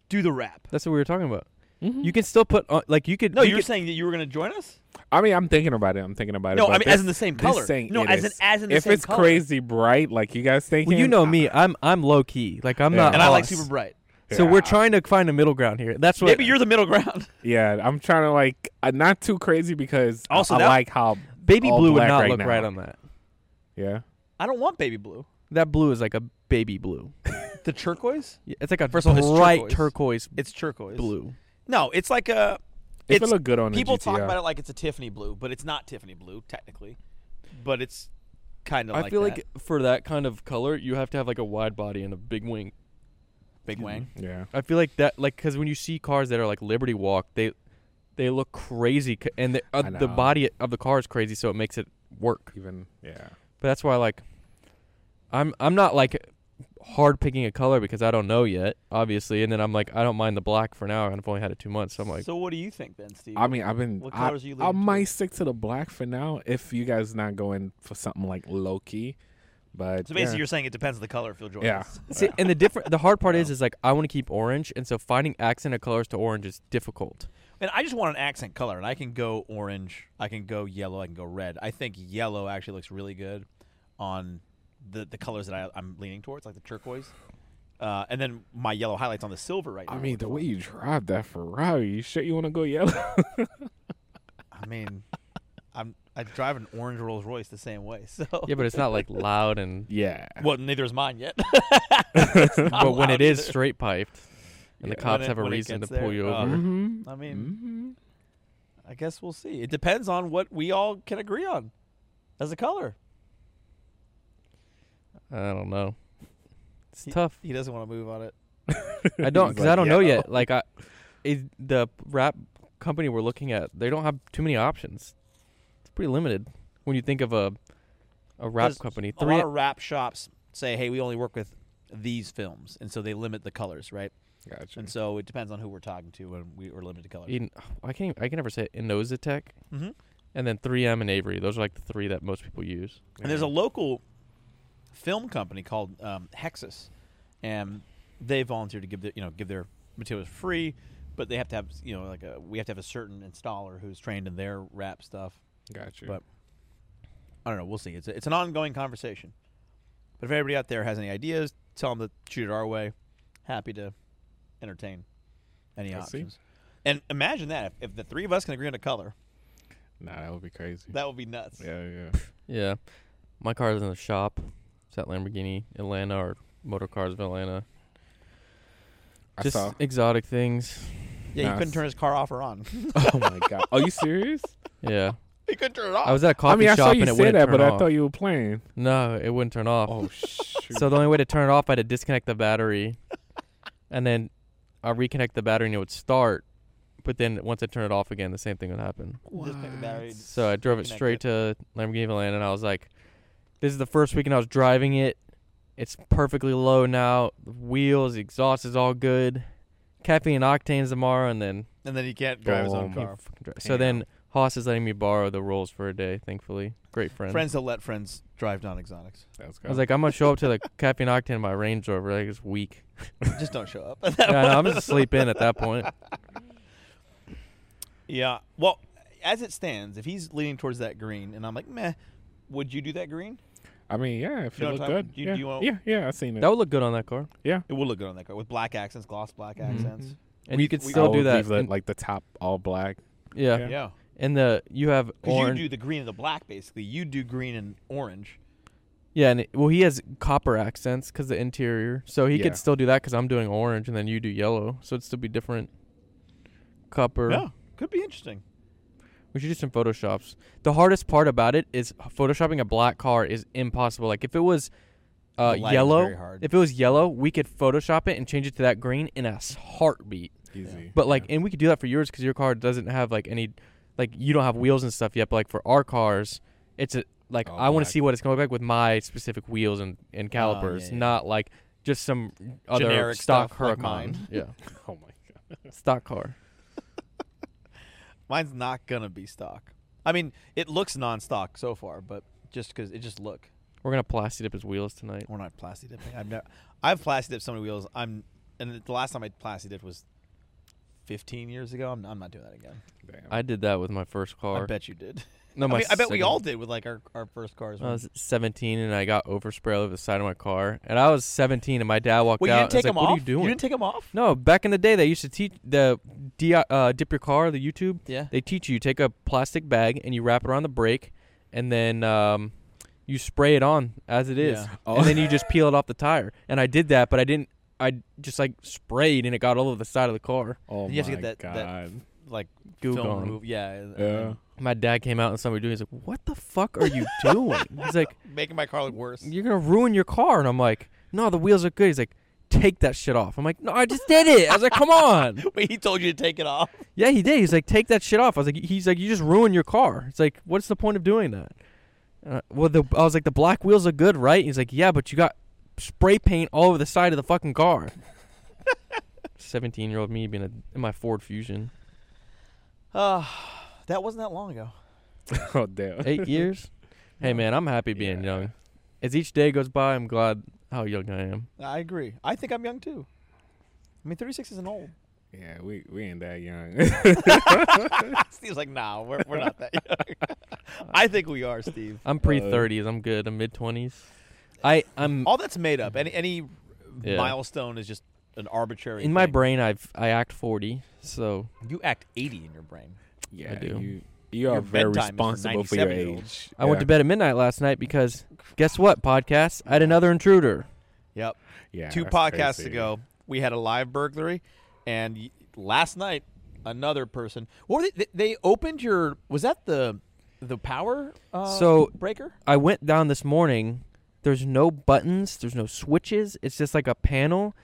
S3: do the wrap.
S1: that's what we were talking about. You can still put on, like you could
S3: No,
S1: you
S3: you were
S1: could-
S3: saying that you were going to join us?
S2: I mean, I'm thinking about it. I'm thinking about it.
S3: No,
S2: but
S3: I mean
S2: this-
S3: as in the same
S2: this
S3: color.
S2: thing,
S3: no,
S2: it
S3: as in
S2: is.
S3: as in the
S2: if
S3: same
S2: it's
S3: color.
S2: crazy bright, like you guys thinking,
S1: well, you know
S2: I-
S1: me. I'm I'm low key. Like I'm
S2: Yeah.
S1: not.
S3: and I like
S1: boss.
S3: super bright.
S1: So
S2: Yeah.
S1: we're trying to find a middle ground here. That's what
S3: Maybe you're the middle ground.
S2: Yeah, I'm trying to like uh, not too crazy because I-
S3: Also,
S2: I,
S3: that-
S2: like how
S1: baby
S2: all
S1: blue would
S2: black
S1: not
S2: right
S1: look
S2: now.
S1: right on that.
S2: yeah.
S3: I don't want baby blue.
S1: That blue is like a baby blue.
S3: The turquoise?
S1: Yeah, It's like a
S3: First of all, it's
S1: bright
S3: turquoise.
S1: turquoise
S3: It's turquoise.
S1: blue.
S3: No, it's like a
S2: If
S3: it's
S2: it look good on
S3: people
S2: a GTR,
S3: talk about it like it's a Tiffany blue, but it's not Tiffany blue technically. But it's kind of.
S1: I
S3: like
S1: feel
S3: that.
S1: like for that kind of color, you have to have like a wide body and a big wing.
S3: big
S1: Excuse
S3: wang.
S2: Yeah.
S1: I feel like that, like, because when you see cars that are like Liberty Walk, they they look crazy, c- and the, uh,
S2: I
S1: the
S2: know.
S1: body of the car is crazy, so it makes it work.
S2: Even yeah.
S1: But that's why, like, I'm I'm not like hard picking a color because I don't know yet, obviously. And then I'm like, I don't mind the black for now, and I've only had it two months, so I'm like,
S3: so what do you think then, Steve?
S2: I mean, I've been.
S3: What
S2: I,
S3: colors are you
S2: I
S3: leaning
S2: might
S3: towards?
S2: stick to the black for now if you guys not going for something like Loki, but
S3: so basically,
S2: yeah.
S3: you're saying it depends on the color if you'll join
S2: Yeah.
S3: us.
S1: see. And the different, the hard part is, is like I want to keep orange, and so finding accent of colors to orange is difficult.
S3: And I just want an accent color, and I can go orange, I can go yellow, I can go red. I think yellow actually looks really good on the the colors that I, I'm leaning towards, like the turquoise. Uh, and then my yellow highlights on the silver right now.
S2: I mean,
S3: look
S2: the
S3: fun.
S2: way you drive that Ferrari, you sure you want to go yellow?
S3: I mean, I'm I drive an orange Rolls Royce the same way. So
S1: Yeah, but it's not like loud and.
S2: yeah.
S3: well, neither is mine yet. It's not
S1: But when it
S3: loud
S1: is
S3: either.
S1: straight piped, and the
S2: Yeah.
S1: cops
S3: When it-
S1: have a
S3: when it
S1: reason to
S3: gets
S1: pull
S3: there,
S1: you
S3: uh,
S1: over.
S2: Mhm.
S3: I mean,
S2: Mhm.
S3: I guess we'll see. It depends on what we all can agree on as a color.
S1: I don't know. It's
S3: He-
S1: tough.
S3: He doesn't want to move on it.
S1: I don't
S2: He's
S1: because I
S2: like,
S1: don't know
S2: "Yeah."
S1: yet. Like I, is the rap company we're looking at, they don't have too many options. It's pretty limited when you think of a a rap
S3: There's
S1: company.
S3: a
S1: Three.
S3: lot of rap shops say, "Hey, we only work with these films," and so they limit the colors, right?
S2: Gotcha.
S3: And so it depends on who we're talking to when we are limited to colors.
S1: in, I can't. even- I can never say it. Inozatech,
S3: hmm And
S1: and then 3M and Avery. Those are like the three that most people use.
S3: there's a local film company called um, Hexus, and they volunteered to give their you know give their materials free, but they have to have you know like a, we have to have a certain installer who's trained in their rap stuff.
S2: Gotcha.
S3: But- I don't know. We'll see. It's a, it's an ongoing conversation. But if anybody out there has any ideas, tell them to shoot it our way. Happy to entertain any
S2: I see.
S3: options. And imagine that if, if the three of us can agree on a color,
S2: nah, that would be crazy.
S3: that would be nuts.
S2: yeah, yeah.
S1: Yeah, my car is in the shop. It's at Lamborghini Atlanta or Motor Cars of Atlanta.
S2: I
S1: Just
S2: saw.
S1: exotic things.
S3: Yeah, you
S2: Nice.
S3: couldn't turn his car off or on.
S2: oh my god. Are you serious?
S1: Yeah,
S3: he couldn't turn it off.
S1: I was at a coffee
S2: Uh, I mean, I
S1: shop
S2: saw you
S1: and it
S2: say
S1: wouldn't
S2: that,
S1: turn
S2: but
S1: off.
S2: I thought you were playing.
S1: no, it wouldn't turn off.
S2: Oh shoot.
S1: So the only way to turn it off, I had to disconnect the battery, and then I reconnect the battery and it would start. But then once I turn it off again, the same thing would happen.
S3: Just pick the battery.
S1: So I drove it
S3: Connect
S1: straight to Lamborghini Milan, and I was like, "This is the first weekend I was driving it. It's perfectly low now. The wheels, the exhaust is all good. Caffeine and octanes tomorrow, and then
S3: and then he can't drive his
S2: Boom.
S3: own
S1: I can't
S3: car.
S1: fucking drive. so then Haas is letting me borrow the rolls for a day. Thankfully, great friend.
S3: Friends that let friends drive non-exotics.
S2: That's
S1: I was like, I'm gonna show up to the caffeine octane in my Range Rover. Like it's weak.
S3: just don't show up.
S1: Yeah, I know, I'm just sleep in at that point.
S3: yeah. Well, as it stands, if he's leaning towards that green, and I'm like, meh, would you do that green?
S2: I mean, yeah, if you
S3: You know
S2: look
S3: what I'm
S2: good.
S3: talking- do you-
S2: yeah.
S3: do you want-
S2: yeah, yeah, I seen it.
S1: That would look good on that car.
S3: It would look good on that car with black accents, gloss black
S1: Mhm.
S3: accents.
S1: And
S3: We-
S1: you could
S3: we-
S2: I
S1: still do
S2: would leave
S1: that.
S2: the-
S1: in-
S2: like the top all black.
S1: yeah.
S2: yeah.
S3: Yeah.
S1: And the you have
S3: Because you
S1: orange.
S3: do the green and the black, basically. You do green and orange.
S1: yeah, and it, well, he has copper accents because the interior. So he
S2: Yeah.
S1: could still do that because I'm doing orange and then you do yellow. So it'd still be different. Copper.
S3: Yeah, could be interesting.
S1: We should do some photoshops. The hardest part about it is photoshopping a black car is impossible. Like if it was uh,
S3: lighting's very
S1: yellow,
S3: hard.
S1: if it was yellow, we could Photoshop it and change it to that green in a s- heartbeat.
S2: Easy.
S1: But like, and we could do that for yours because your car doesn't have like any, like you don't have wheels and stuff yet. But like for our cars, it's a like
S2: All
S1: I want
S2: black.
S1: to see what it's going to look like with my specific wheels and and calipers,
S3: Oh, yeah, yeah.
S1: not like just some other
S3: Generic
S1: stock
S3: stuff like
S1: Huracan.
S3: mine.
S1: yeah,
S2: oh my god.
S1: stock car.
S3: Mine's not gonna be stock. I mean, it looks non-stock so far, but just because it just look.
S1: We're gonna plasti dip his wheels tonight.
S3: We're not plasti dipping. I've never, I've plasti dipped so many wheels. I'm, and the last time I plasti dipped was 15 years ago. I'm, I'm not doing that again.
S2: Damn.
S1: I did that with my first car.
S3: I bet you did.
S1: No,
S3: I,
S1: my
S3: mean, I bet we
S1: second-
S3: all did with like our, our first cars.
S1: I was 17 and I got overspray over the side of my car, and I was 17 and my dad walked
S3: Wait, you
S1: out. and was
S3: didn't take
S1: like,
S3: them
S1: what
S3: off.
S1: are you doing?
S3: didn't take them off.
S1: no, back in the day, they used to teach the di- uh, dip your car, the YouTube.
S3: Yeah.
S1: They teach you take a plastic bag and you wrap it around the brake, and then um, you spray it on as it is,
S3: Yeah.
S2: Oh.
S1: and then you just peel it off the tire. And I did that, but I didn't. I just like sprayed, and it got all over the side of the car.
S2: Oh
S3: You have
S2: my
S3: to get that- uh, that
S2: god.
S3: Like
S1: Goo
S3: film
S1: gone.
S3: remove- Yeah. and-
S2: Yeah.
S1: My dad came out and somebody doing. He's like, "What the fuck are you doing?" he's like,
S3: Making my car look worse.
S1: "You're gonna ruin your car." And I'm like, "No, the wheels are good." He's like, "Take that shit off." I'm like, "No, I just did it." I was like, "Come on."
S3: Wait, he told you to take it off.
S1: Yeah, he did. He's like, "Take that shit off." I was like, "He's like, you just ruined your car." It's like, "What's the point of doing that?" Uh, well, the I was like, "The black wheels are good, right?" He's like, "Yeah, but you got spray paint all over the side of the fucking car." Seventeen-year-old me being a, in my Ford Fusion,
S3: Uh, that wasn't that long ago.
S2: oh damn.
S1: eight years. Hey man, I'm happy being
S2: Yeah.
S1: young. As each day goes by, I'm glad how young I am.
S3: I agree. I think I'm young too. I mean, 36 isn't old.
S2: Yeah, we we ain't that young.
S3: Steve's like, nah, we're, we're not that young. I think we are, Steve.
S1: I'm pre
S2: Uh,
S1: thirties. I'm good. I'm mid twenties. I I'm
S3: All that's made up. Any any
S1: Yeah.
S3: milestone is just an arbitrary.
S1: in my
S3: thing.
S1: brain. I've I act forty. So
S3: you act 80 in your brain.
S2: yeah,
S1: do.
S2: you you are
S3: Your
S2: very
S3: bedtime is for
S2: responsible for your
S3: 97-year-olds.
S2: age.
S1: I went
S2: Yeah.
S1: to bed at midnight last night because guess what? Podcast. I had another intruder.
S3: Yep.
S2: Yeah,
S3: Two
S2: that's
S3: podcasts
S2: crazy.
S3: ago, we had a live burglary, and y- last night another person. What were they, they opened your? Was that the the power uh,
S1: So-
S3: breaker?
S1: I went down this morning. There's no buttons. There's no switches. It's just like a panel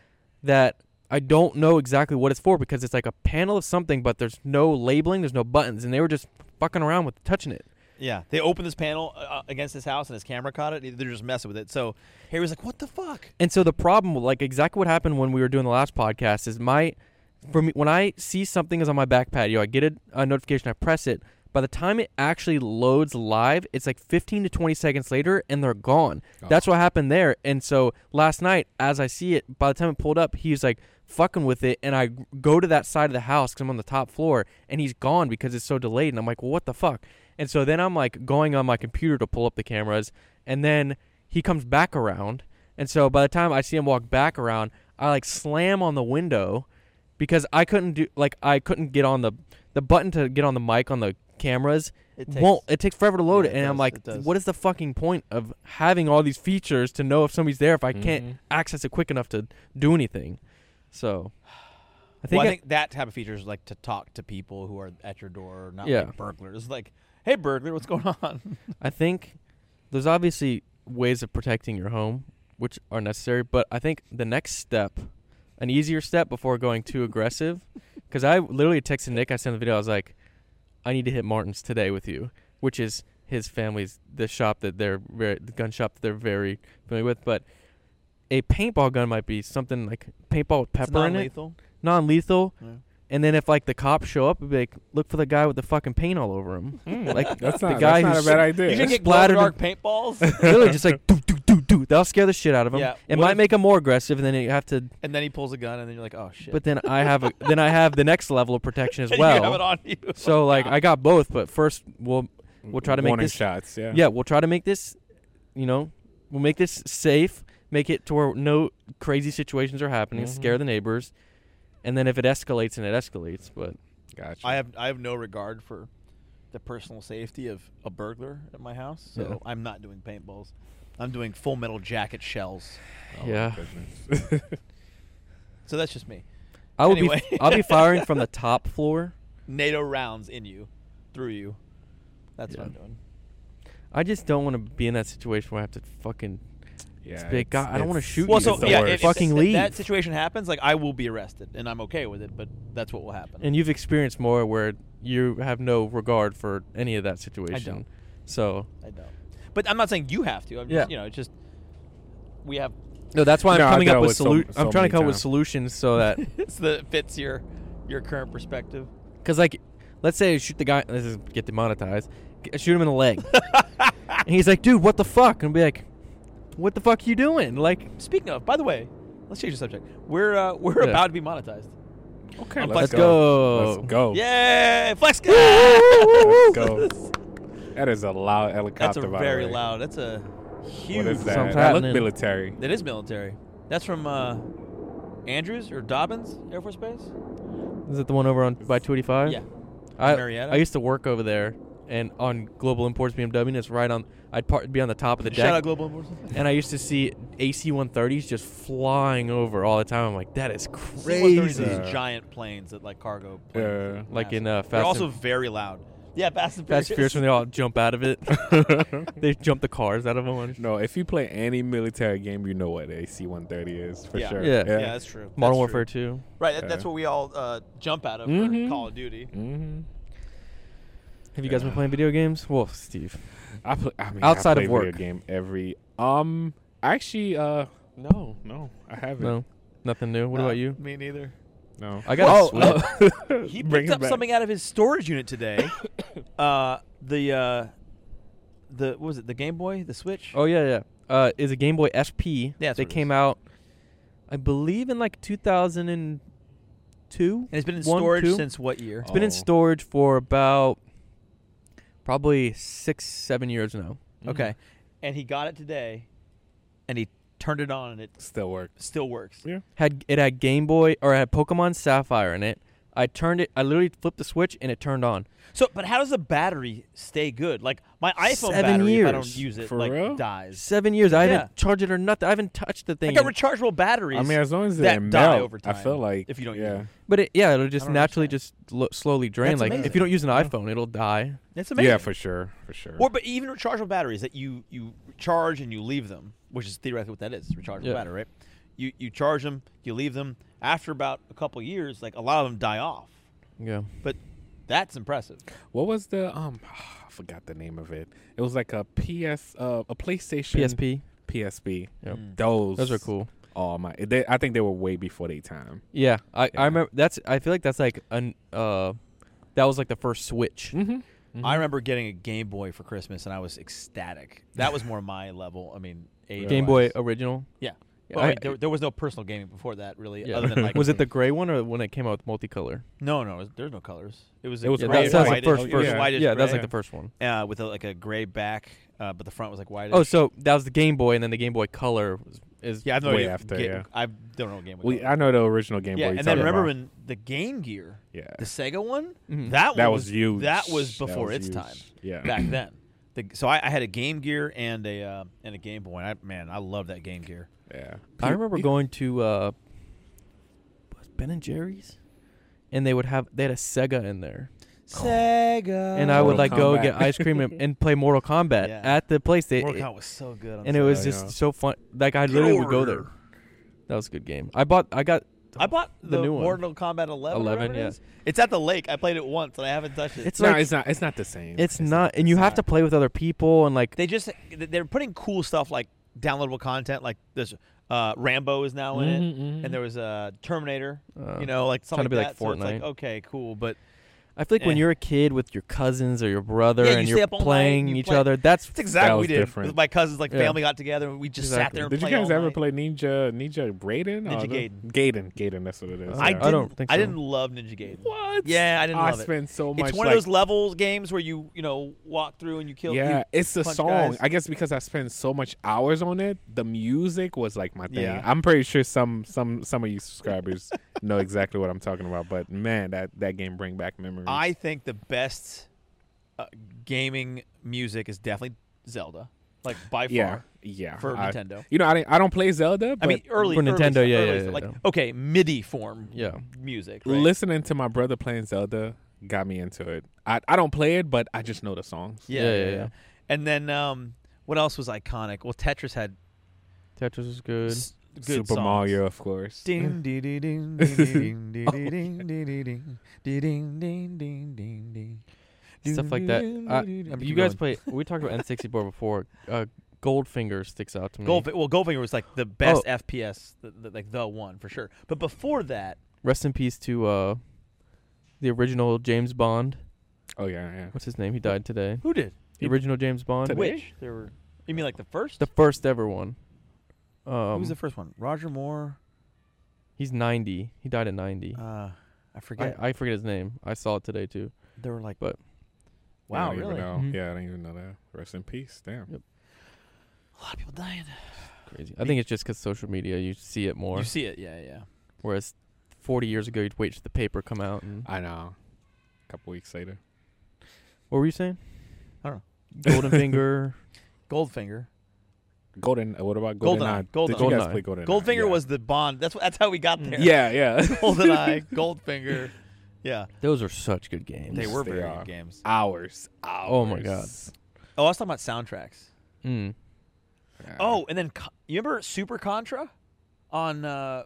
S1: that I don't know exactly what it's for because it's like a panel of something, but there's no labeling. There's no buttons, and they were just fucking around with touching it.
S3: Yeah, they opened this panel uh, against his house, and his camera caught it. They're just messing with it. So Harry was like, "What the fuck?"
S1: And so the problem, like exactly what happened when we were doing the last podcast, is my for me when I see something is on my back patio, I get a, a notification, I press it. By the time it actually loads live, it's like 15 to 20 seconds later, and they're gone. That's what happened there. And so last night, as I see it, by the time it pulled up, he's like fucking with it, and I go to that side of the house because I'm on the top floor, and he's gone because it's so delayed. And I'm like, well, what the fuck? And so then I'm like going on my computer to pull up the cameras, and then he comes back around. And so by the time I see him walk back around, I like slam on the window because I couldn't do like I couldn't get on the the button to get on the mic on the cameras.
S3: It
S1: won't it takes forever to load
S3: Yeah,
S1: it,
S3: it
S1: and I'm
S3: does,
S1: like,
S3: it does.
S1: what is the fucking point of having all these features to know if somebody's there if I
S2: Mhm.
S3: Mm-hmm.
S1: can't access it quick enough to do anything? So I think,
S3: Well, I
S1: I-
S3: think that type of feature is like to talk to people who are at your door, not
S1: Yeah.
S3: like burglars. Like, hey, burglar, what's going on?
S1: I think there's obviously ways of protecting your home which are necessary, but I think the next step, an easier step before going too aggressive, because I literally texted Nick. I sent him the video. I was like, I need to hit Martin's today with you, which is his family's the shop that they're very, the gun shop that they're very familiar with, but. A paintball gun might be something like paintball with
S3: It's
S1: pepper in it,
S3: non-lethal.
S1: non-lethal.
S3: Yeah.
S1: And then if like the cops show up, it'd be like, look for the guy with the fucking paint all over him.
S2: Mm,
S1: Like,
S2: that's
S1: the
S2: not,
S1: guy
S2: that's not
S1: who's-
S2: a bad
S3: You
S2: idea.
S3: can get
S1: Splattered
S3: glow-in-the-dark paintballs,
S1: Literally just like do do do do. That'll scare the shit out of him.
S3: Yeah,
S1: It
S3: what
S1: might
S3: if-
S1: make him more aggressive, and then you have to.
S3: and then he pulls a gun, and then you're like, oh shit.
S1: But then I have a then I have the next level of protection as
S3: And you have it
S1: well.
S3: on you.
S1: So like I got both, but first we'll we'll try to make
S2: warning
S1: this-
S2: shots. Yeah.
S1: yeah we'll try to make this, you know, we'll make this safe, make it to where no crazy situations are happening,
S3: Mm-hmm.
S2: Mhm.
S1: scare the neighbors, and then if it escalates and it escalates, but
S2: Gotcha.
S3: I have I have no regard for the personal safety of a burglar at my house, so
S1: Yeah.
S3: I'm not doing paintballs. I'm doing full metal jacket shells.
S2: my
S1: Yeah.
S2: goodness.
S3: So that's just me.
S1: I will
S3: Anyway.
S1: be I'll be firing from the top floor.
S3: NATO rounds in you, through you. That's
S1: Yeah.
S3: what I'm doing.
S1: I just don't want to be in that situation where I have to fucking.
S2: yeah.
S1: big guy. I don't wanna
S2: it's-
S1: shoot you.
S2: it's
S3: Well,
S2: the
S3: so
S1: the
S3: yeah,
S2: worst.
S3: if- if
S1: Fucking
S3: that- that
S1: leave.
S3: situation happens, like I will be arrested, and I'm okay with it. But that's what will happen.
S1: And you've experienced more where you have no regard for any of that situation. So
S3: I don't. But I'm not saying you have to. I'm just,
S1: Yeah.
S3: you know, it's just we have
S1: no, that's why I'm
S2: No, I
S1: coming
S2: dealt
S1: up with
S2: with so-
S1: solu-
S2: so
S1: I'm trying to
S2: many
S1: come up with
S2: times.
S1: solutions so that
S3: it's that it fits your your current perspective.
S1: because like, let's say I shoot the guy. This is get demonetized. I shoot him in the leg, and he's like, "Dude, what the fuck?" And I'll be like, "What the fuck you doing?" Like,
S3: Speaking of, by the way, let's change the subject. We're uh, we're
S1: Yeah.
S3: about to be monetized.
S2: Okay,
S3: I'm
S2: let's,
S1: let's
S2: go.
S1: go.
S2: Let's go.
S3: Yay, flex guy!
S2: Let's go. That is a loud helicopter.
S3: That's a
S2: by the
S3: very
S2: way.
S3: loud. That's a huge.
S2: What is that?
S1: Something's
S2: That look
S1: happening.
S2: military.
S3: That is military. That's from uh, Andrews or Dobbins Air Force Base.
S1: is it the one over on by 285?
S3: Yeah.
S1: I,
S3: Marietta?
S1: I used to work over there, and on Global Imports BMW, and it's right on. I'd par- be on the top of the deck.
S3: Shout out Global Wars.
S1: and I used to see AC 130s just flying over all the time. I'm like, that is
S3: C-130s,
S1: crazy.
S3: These
S2: Yeah.
S3: giant planes that like cargo. Planes
S2: Yeah.
S1: Like in
S3: Massive.
S1: uh,
S3: They're
S1: Fast
S3: also
S1: and
S3: very loud.
S4: Yeah, Fast and
S1: Fast and
S4: Furious.
S1: Furious when they all jump out of it. they jump the cars out of them.
S2: No, if you play any military game, you know what AC 130 is for
S4: Yeah.
S2: sure.
S1: Yeah.
S3: Yeah, that's true.
S1: Modern
S3: That's true.
S1: Warfare 2.
S4: Right, that, that's
S2: Okay.
S4: what we all uh, jump out of
S2: Mhm.
S4: for Call of Duty.
S3: Mm-hmm.
S2: hmm
S1: Have you guys been playing video games? Well, Steve.
S2: I, pl- I mean,
S1: Outside
S2: I
S1: of
S2: play video
S1: work.
S2: game every. Um, actually, uh, no, no, I haven't.
S1: No, nothing new. What
S4: Uh,
S1: about you?
S4: Me neither.
S2: no.
S1: I got a Switch.
S3: uh, He
S2: Bring
S3: picked
S2: it
S3: up
S2: back.
S3: something out of his storage unit today. uh, the uh, the what was it? The Game Boy, the Switch.
S1: Oh yeah, yeah. Uh, is a Game Boy SP.
S3: Yeah, that's
S1: they
S3: what it
S1: came out, I believe, in like 2002.
S3: and it's been in
S1: One,
S3: storage
S1: two?
S3: since what year?
S1: It's been in
S2: Oh.
S1: storage for about probably six, seven years now.
S3: Okay, and he got it today, and he turned it on, and it
S2: Still work.
S3: still works.
S2: Yeah.
S1: Had it had Game Boy or it had Pokemon Sapphire in it. I turned it. I literally flipped the switch and it turned on.
S3: So, but how does the battery stay good? Like my iPhone
S1: Seven
S3: battery, if I don't
S1: years.
S3: use it,
S2: For
S3: like
S2: real?
S3: dies.
S1: Seven years. I
S3: Yeah.
S1: haven't charged it or nothing. I haven't touched the
S3: I
S1: thing.
S3: got rechargeable batteries.
S2: I mean, as long as they
S3: that die
S2: melt,
S3: over
S2: I
S3: time
S2: feel like
S3: if you don't use
S2: yeah.
S3: them.
S1: but it, yeah, it'll
S3: I
S1: just
S3: don't
S1: naturally just lo- slowly drain.
S3: That's
S1: like
S3: amazing.
S1: if you don't use an iPhone, it'll die.
S3: that's amazing.
S2: Yeah, for sure, for sure.
S3: Or but even rechargeable batteries that you you charge and you leave them, which is theoretically what that is, rechargeable
S1: Yeah.
S3: battery, right? You you charge them, you leave them. After about a couple years, like a lot of them die off.
S1: Yeah.
S3: But that's impressive.
S1: Mm-hmm.
S2: What was the um? I forgot the name of it. It was like a PS, uh, a PlayStation,
S1: PSP.
S2: PSP.
S1: Yeah.
S3: Hmm.
S2: Those,
S1: Those are cool.
S2: Oh my! They, I think they were way before their time.
S1: Yeah, I,
S2: Yeah.
S1: I remember that's. I feel like that's like an uh, that was like the first Switch.
S2: Mm-hmm.
S3: I remember getting a Game Boy for Christmas and I was ecstatic. That was more my level. I mean, age
S1: Game Boy
S3: wise.
S1: original.
S3: Yeah.
S1: Yeah,
S3: But
S1: I-
S3: wait, there, there was no personal gaming before that, really.
S1: Yeah.
S3: Other than like
S1: was it the gray one or when it came out with multicolor?
S3: no, no, there's no colors. It was a
S2: It was
S1: Yeah,
S3: gray,
S1: that's,
S2: white.
S1: that's the
S3: whitish-
S1: first. first
S2: oh, yeah.
S1: yeah,
S3: whitish
S1: that's
S3: gray,
S1: like the first one.
S3: uh, with a, like a gray back, uh, but the front was like white.
S1: Oh, so that was the Game Boy, and then the Game Boy Color was, is
S3: Yeah, I've no
S2: Way
S3: idea.
S2: after,
S3: Ga-
S2: yeah.
S3: I don't know Game Boy.
S2: We,
S3: Color.
S2: I know the original Game
S3: yeah,
S2: Boy. you're
S3: and then
S2: talking
S3: remember
S2: about.
S3: when the Game Gear,
S2: Yeah.
S3: the Sega one,
S1: Mhm.
S3: that one
S2: that
S3: was,
S2: was huge.
S3: That was
S2: That
S3: before its
S2: huge.
S3: time
S2: Yeah.
S3: back then. The, so I, I had a Game Gear and a uh, and a Game Boy. And I, man, I love that Game Gear.
S2: Yeah.
S1: I remember going to uh, was Ben and Jerry's, and they would have they had a Sega in there,
S3: Sega.
S1: and I would
S2: Mortal
S1: like go
S2: Kombat.
S1: get ice cream and, and play Mortal Kombat
S3: Yeah.
S1: at the place. They,
S3: Mortal Kombat was so good. on
S1: and it was
S2: Yeah,
S1: just
S2: yeah.
S1: so fun. Like I
S3: Sega.
S1: literally would go there. That was a good game. I bought. I got.
S3: I bought the,
S1: The new one.
S3: Mortal Kombat 11.
S1: 11,
S3: whatever it
S1: yeah.
S3: is. It's at the lake. I played it once and I haven't touched it.
S1: It's
S2: no,
S1: like
S2: it's not. It's not the same.
S1: It's, not, and you have to play with other people, and like,
S3: they just they're putting cool stuff like downloadable content like this uh, Rambo is now in it
S1: Mm-hmm,
S2: Mhm, mhm.
S3: and there was a uh, Terminator
S1: uh,
S3: you know like
S1: trying
S3: something
S1: to be
S3: like
S1: like
S3: that so it's like
S1: Fortnite.
S3: okay cool but
S1: I feel like when
S3: eh.
S1: you're a kid with your cousins or your brother,
S3: Yeah, you
S1: and
S3: stay
S1: are
S3: up all night,
S1: playing
S3: you
S1: each
S3: play-
S1: other, that's
S3: it's exactly what
S2: was
S3: we did
S2: different.
S3: my cousins like
S1: Yeah.
S3: family got together and we just sat
S1: Exactly.
S3: there and
S2: Did you
S3: played
S2: guys
S3: all
S2: ever
S3: night.
S2: play Ninja Ninja Raiden?
S3: Ninja
S2: Or the-
S3: Gaiden.
S2: Gaiden. Gaiden. That's what it is.
S3: I
S1: I
S2: yeah.
S3: didn't
S1: don't think
S3: I
S1: so.
S3: didn't love Ninja Gaiden
S2: What?
S3: yeah I didn't
S2: I
S3: love it
S2: spent so much.
S3: it's one
S2: like,
S3: of those levels games where you you know walk through and you kill
S2: Yeah,
S3: you
S2: it's the
S3: punch
S2: song.
S3: guys.
S2: I guess because I spent so much hours on it, the music was like my thing.
S3: Yeah.
S2: I'm pretty sure some some some of you subscribers know exactly what I'm talking about. But man, that that game bring back memories.
S3: I think the best uh, gaming music is definitely Zelda like by far
S2: yeah yeah
S3: for
S2: I-
S3: Nintendo
S2: You know, I didn't, I don't play Zelda, but
S3: I mean, early
S1: For
S3: early
S1: Nintendo,
S3: stuff,
S1: yeah,
S3: early
S1: yeah,
S3: stuff,
S1: yeah,
S3: like
S1: yeah.
S3: okay, MIDI form
S1: yeah.
S3: music. Right?
S2: listening to my brother playing Zelda got me into it. I I don't play it, but I just know the songs.
S3: yeah,
S1: Yeah,
S3: yeah,
S1: yeah,
S3: yeah.
S1: yeah.
S3: And then um, what else was iconic? Well, Tetris had
S1: Tetris is good.
S3: s- good
S2: Super
S3: songs.
S2: Mario, of course.
S3: Ding ding ding ding ding ding ding ding ding ding ding ding ding ding ding ding.
S1: Stuff like that. I- you guys play? We talked about N64 before. Uh, Goldfinger sticks out to me.
S3: Goldfinger, well, Goldfinger was like the best
S1: Oh.
S3: FPS, the, the, like the one for sure. But before that,
S1: Rest in peace to uh, the original James Bond.
S2: Oh yeah, yeah.
S1: What's his name? He died today.
S3: who did?
S1: The
S2: He-
S1: original James Bond,
S2: Today?
S3: Which there were? You mean like the first?
S1: the first ever one. Um,
S3: who was the first one? Roger Moore.
S1: he's 90. He died at 90.
S3: Uh, I
S1: I,
S3: forget.
S1: I forget his name. I saw it today too.
S3: There were like,
S1: But-
S3: wow,
S2: I don't
S3: really? Mm-hmm.
S2: Even know.
S1: Mhm.
S2: Yeah, I didn't even know that. Rest in peace. Damn.
S3: A lot of people dying.
S1: Crazy. I think it's just because social media, you see it more.
S3: You see it, yeah, yeah.
S1: Whereas 40 years ago, you'd wait for the paper come out. And
S2: I know. A couple weeks later.
S1: what were you saying?
S3: I don't
S1: know. Golden Finger.
S3: Goldfinger.
S2: Golden. uh, What about Golden
S3: Goldeneye,
S2: Eye? Did
S3: Goldeneye.
S2: you guys
S1: Goldeneye.
S2: play Golden
S3: Goldfinger
S2: yeah.
S1: Mm.
S3: was the Bond. That's what, that's how we got there.
S2: Yeah, yeah.
S3: Goldeneye, Goldfinger. yeah,
S1: Those are such good games.
S3: they were
S2: they
S3: very
S2: are.
S3: good games.
S2: Hours, hours.
S1: Oh my God.
S3: Oh, I was talking about soundtracks.
S1: Mm.
S2: Yeah.
S3: Oh, and then co- you remember Super Contra on uh,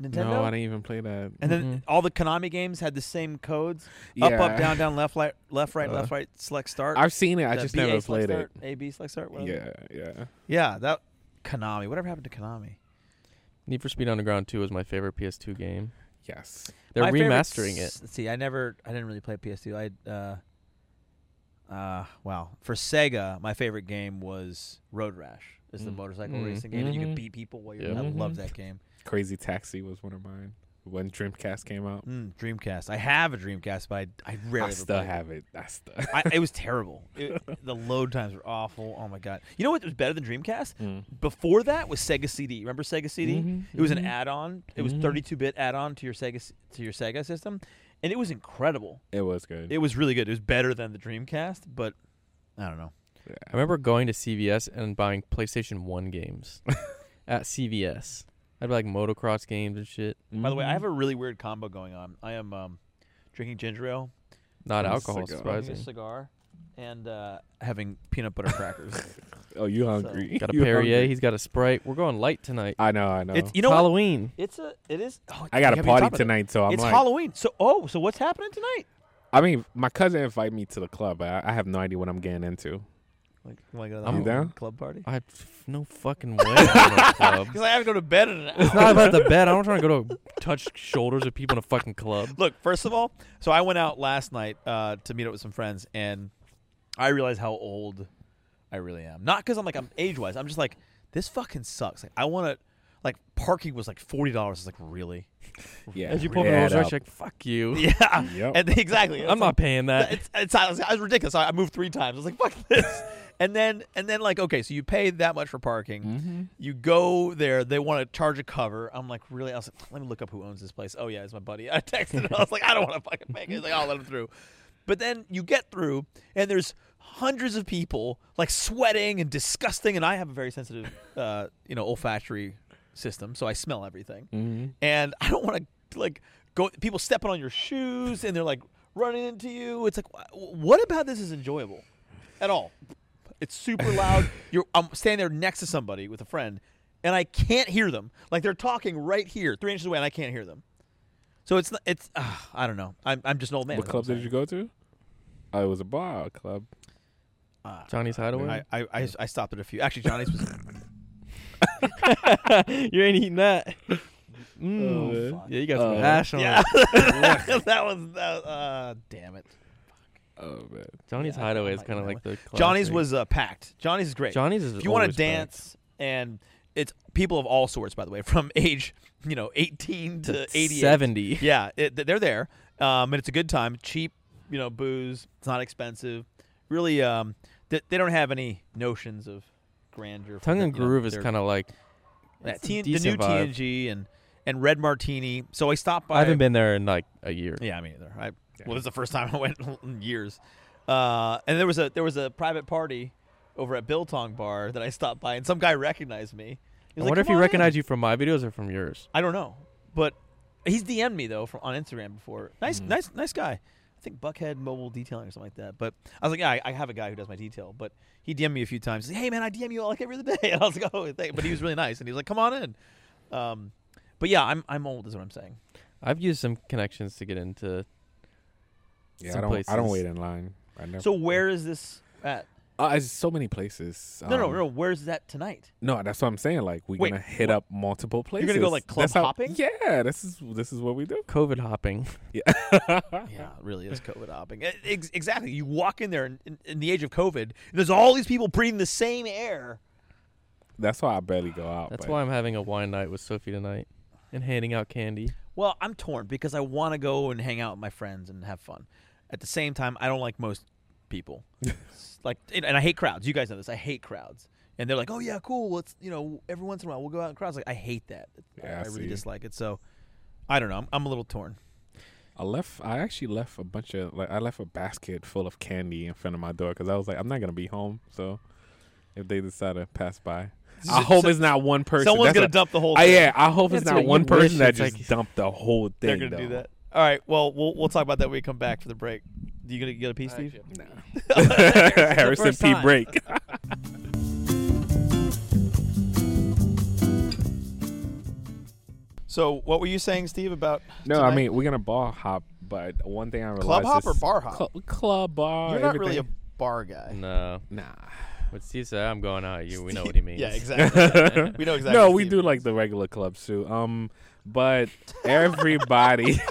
S3: Nintendo?
S2: no, I didn't even play that.
S3: and then all the Konami games had the same codes: up,
S2: Yeah.
S3: up, down, down, left, right, left, right, left,
S1: Uh,
S3: right, select, start.
S2: I've seen it. I
S3: the
S2: just
S3: BA
S2: never
S3: select
S2: played it.
S3: start, AB select start. Whatever.
S2: Yeah, yeah.
S3: yeah, that Konami. Whatever happened to Konami?
S1: Need for Speed Underground 2 was my favorite PS2 game.
S2: Yes.
S1: They're
S3: My favorite
S1: remastering
S3: s- Let's see, I never, I didn't really play PS2. I, uh, uh, wow. For Sega, my favorite game was Road Rash. It's the
S1: Mm.
S3: motorcycle
S1: Mm.
S3: racing game, and you
S2: Mhm.
S3: could beat people while you're.
S1: Yeah. Mm-hmm.
S3: I love
S2: Mhm.
S3: that game.
S2: Crazy Taxi was one of mine when Dreamcast came out.
S3: Mm, Dreamcast. I have a Dreamcast, but I, I rarely
S2: I
S3: ever
S2: still
S3: played it.
S2: have it. I still.
S3: I, it was terrible. It- the load times were awful. Oh my god! You know what was better than Dreamcast?
S1: Hmm.
S2: Mm.
S3: Before that was Sega CD. Remember Sega CD?
S1: Mhm,
S3: It was an
S1: mhm.
S3: add-on. It was
S1: Mhm.
S3: 32-bit add-on to your Sega s- to your Sega system, and it was incredible.
S2: It was good.
S3: It was really good. It was better than the Dreamcast, but I don't know.
S2: yeah.
S1: I remember going to CVS and buying PlayStation 1 games at CVS. I'd be like motocross games and shit.
S3: By the way, I have a really weird combo going on. I am um, drinking ginger ale,
S1: Not
S2: And a
S1: alcohol,
S2: cigar.
S3: smoking a
S1: surprising.
S3: cigar, and uh, having peanut butter crackers.
S2: Oh, you hungry?
S1: Got a
S2: You
S1: Perrier.
S2: hungry?
S1: He's got a Sprite. We're going light tonight.
S2: I know. I know.
S3: it's you
S1: It's
S3: know what?
S1: Halloween.
S3: It's a it is. Oh,
S2: I got
S3: we
S2: a
S3: haven't even
S2: party
S3: talked about that.
S2: tonight, so I'm
S3: it's
S2: like,
S3: Halloween. So oh, so what's happening tonight?
S2: I mean, my cousin invited me to the club, but I, I have no idea what I'm getting into.
S3: Like, am I going
S1: I'm
S3: to
S2: down.
S3: club party?
S1: I f- no fucking way. I'm going to a club.
S3: Because I have to go to bed in an
S1: It's not about the bed. I don't try to go to touch shoulders with people in a fucking club.
S3: Look, first of all, so I went out last night uh, to meet up with some friends, and I realized how old I really am. Not because I'm like I'm age wise. I'm just like this fucking sucks. Like I want to. Like parking was like forty dollars. It's like really.
S2: Yeah.
S1: As you pull up in
S2: Yeah,
S1: a Rolls
S2: it
S1: Royce,
S2: up.
S1: you're like, fuck you.
S3: Yeah.
S2: Yep.
S3: And exactly.
S1: I'm not paying that.
S3: It's, it's, I was, I was ridiculous. I I moved three times. I was like, "Fuck this!" And then, and then, like, okay, so you pay that much for parking. You go there. They want to charge a cover. I'm like, really? I was like, let me look up who owns this place. Oh yeah, it's my buddy. I texted. him. I was like, I don't want to fucking pay. He's like, I'll let him through. But then you get through, and there's hundreds of people like sweating and disgusting. And I have a very sensitive, uh, you know, olfactory system, so I smell everything
S2: Mhm.
S3: and I don't want to like go. People stepping on your shoes, and they're like running into you. It's like, wh- what about this is enjoyable at all? It's super loud. You're I'm standing there next to somebody with a friend, and I can't hear them. Like they're talking right here, three inches away, and I can't hear them. So it's not, it's uh, I don't know. I'm I'm just an old man.
S2: What club did you go to? Oh, it was a bar club.
S3: Uh,
S1: Johnny's
S3: I,
S1: Hideaway.
S3: I I I stopped at a few. Actually, Johnny's was
S1: you ain't eating that. Mm.
S2: Uh,
S1: yeah, you got some
S2: uh,
S1: hash on
S3: Oh, yeah.
S1: it.
S3: that was that. Was, uh, damn it.
S2: Oh man.
S1: Johnny's
S3: Yeah, I- I
S1: Hideaway is
S3: might
S1: kind of
S3: eat
S1: like the
S3: Johnny's
S1: classic.
S3: was uh, packed. Johnny's is great.
S1: Johnny's is
S3: if you want to
S1: always packed.
S3: dance and it's people of all sorts by the way from age you know 18 to 80
S1: 70.
S3: yeah it, they're there um, and it's a good time cheap you know booze it's not expensive really um, they, they don't have any notions of grandeur
S1: Tongue and Groove is kind of like
S3: of
S1: it's a
S3: the new
S1: decent vibe.
S3: tng and and red martini so i stopped by
S1: I haven't been there in like a year.
S3: yeah, me either. I well, this is the first time I went in years. Uh, and there was a there was a private party over at Biltong Bar that I stopped by, and some guy recognized me. He
S1: I
S3: was like,
S1: wonder if
S3: "Come
S1: he
S3: on
S1: recognized
S3: in."
S1: you from my videos or from yours.
S3: I don't know, but he's DM'd me though from on Instagram before. Nice,
S1: Mm-hmm.
S3: nice, nice guy. I think Buckhead Mobile Detailing or something like that. But I was like, yeah, I, I have a guy who does my detail. But he DM'd me a few times. He's like, hey man, I DM you like every other day. And I was like, oh, thank-" but he was really nice, and he was like, come on in. Um, but yeah, I'm I'm old, is what I'm saying.
S1: I've used some connections to get into.
S2: Yeah,
S1: some
S2: I don't. I don't
S1: places.
S2: wait in line. I never.
S3: So where is this at?
S2: Uh, it's so many places.
S3: No, no,
S2: Um,
S3: no. Where's that tonight?
S2: No, that's what I'm saying. Like we're
S3: Wait,
S2: gonna hit
S3: what?
S2: up multiple places.
S3: gonna go, like, club
S2: That's how-
S3: hopping?
S2: yeah, this is this is what we do.
S1: COVID hopping.
S3: Yeah, it really is COVID hopping. E- ex- exactly. You walk in there in, in, in the age of COVID, and there's all these people breathing the same air.
S2: That's why I barely go out.
S1: That's
S2: but
S1: why I'm having a wine night with Sophie tonight and handing out candy.
S3: Well, I'm torn because I want to go and hang out with my friends and have fun. At the same time, I don't like most people. It's like, and and I hate crowds. You guys know this. I hate crowds. And they're like, "Oh yeah, cool. Let's you know, every once in a while we'll go out in crowds." Like, I hate that. I-
S2: Yeah, I
S3: I, really
S2: see.
S3: dislike it. So, I don't know. I'm, I'm a little torn.
S2: I left. I actually left a bunch of like I left a basket full of candy in front of my door because I was like, I'm not gonna be home. So if they decide to pass by, I
S3: So-
S2: hope it's not one person.
S3: Someone's
S2: That's
S3: gonna
S2: what-
S3: dump the whole.
S2: I,
S3: thing.
S2: yeah, I hope it's
S1: That's
S2: not
S1: what
S2: one
S1: you wish,
S2: person that
S1: it's
S2: just
S1: like-
S2: dumped the whole thing.
S3: They're gonna do
S2: though.
S3: that. All right. Well, we'll we'll talk about that when we come back for the break. You gonna get a piece, Steve?
S2: Harrison
S1: first
S2: P.
S1: time.
S2: Break.
S3: So, what were you saying, Steve? About
S2: No, I
S3: tonight?
S2: mean we're gonna bar hop, but one thing I realized
S3: club hop
S2: is
S3: or bar hop?
S2: Cl- club bar.
S3: You're not really a
S2: everything.
S3: bar guy.
S1: No. What Steve said, I'm going out. You, we know what he means.
S3: Yeah, exactly.
S2: nah.
S3: we know exactly.
S2: no,
S3: what
S2: we
S3: Steve
S2: do
S3: means.
S2: like the regular clubs too. Um, but everybody,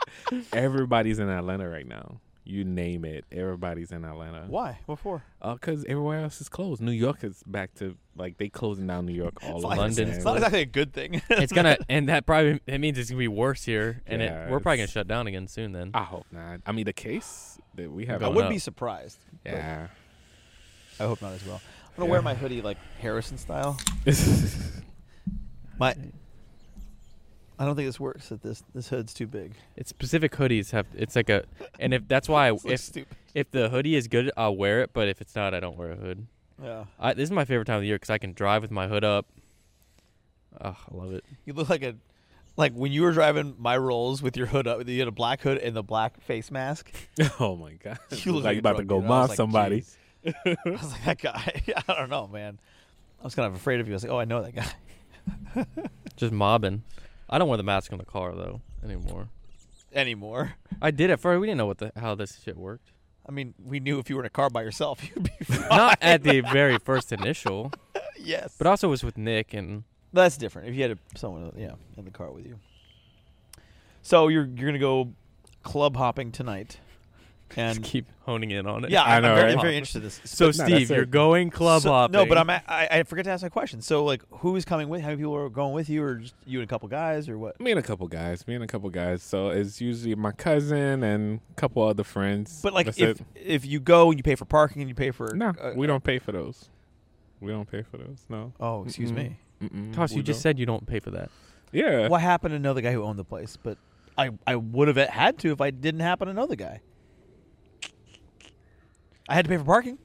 S2: everybody's in Atlanta right now. You name it, everybody's in Atlanta.
S3: Why? What for?
S2: Uh, cause everywhere else is closed. New York is back to like they closing down New York all
S3: It's
S2: over.
S3: like-
S1: London's
S3: It's
S2: man.
S3: not exactly a good thing.
S1: It's gonna, and that probably it means it's gonna be worse here, and
S2: Yeah,
S1: it, we're probably gonna
S2: it's-
S1: shut down again soon. Then
S3: Ah.
S2: I hope not. I mean, the case that we have.
S3: I
S1: Going
S3: would
S1: up.
S3: be surprised. but
S2: Yeah.
S3: I hope not as well. I'm gonna wear my hoodie like Harrison style. My, I don't think this works. That this this hood's too big.
S1: it's specific hoodies have. It's like a, and if that's why
S3: It's like
S1: if
S3: stupid.
S1: if the hoodie is good, I'll wear it. But if it's not, I don't wear a hood.
S3: Yeah,
S1: I, this is my favorite time of the year because I can drive with my hood up. Oh, I love it.
S3: you look like a like when you were driving my rolls with your hood up. You had a black hood and the black face mask.
S2: oh my god.
S3: You look
S2: like
S3: like
S2: you
S3: a
S2: about to
S3: drug
S2: go
S3: dealer. I
S2: mob
S3: was like,
S2: somebody.
S3: "Jeez." I was like that guy. I don't know, man. I was kind of afraid of you. I was like, oh, I know that guy.
S1: Just mobbing. I don't wear the mask on the car though anymore.
S3: Anymore.
S1: I did at first. We didn't know what the how this shit worked.
S3: I mean, we knew if you were in a car by yourself, you'd be
S1: Not at the very first initial,
S3: yes.
S1: but also was with Nick and
S3: That's different. If you had a, someone, uh, yeah, in the car with you. So you're you're gonna go club hopping tonight,
S1: just
S3: and
S1: keep honing in on it.
S3: yeah,
S2: I
S3: I'm
S2: know,
S3: very,
S2: right?
S3: I'm very interested in this.
S1: So
S2: No, that's
S1: Steve, you're
S2: it.
S1: going club
S3: So-
S1: hopping.
S3: No, but I'm a- I, I forgot to ask my question. So like, who's coming with? How many people are going with you, or just you and a couple guys, or what?
S2: Me and a couple guys. Me and a couple guys. So it's usually my cousin and a couple other friends.
S3: But like,
S2: That's
S3: if
S2: it.
S3: if you go and you pay for parking and you pay for
S2: no,
S3: uh,
S2: we don't pay for those. We don't pay for those. No.
S3: Oh, excuse
S2: Mm-mm.
S3: me.
S2: Mm-mm,
S1: Toss,
S2: we
S1: you just
S2: don't.
S1: said you don't pay for that.
S2: yeah.
S3: Well, I happen to know the guy who owned the place, but I I would have had to if I didn't happen to know the guy. I had to pay for parking.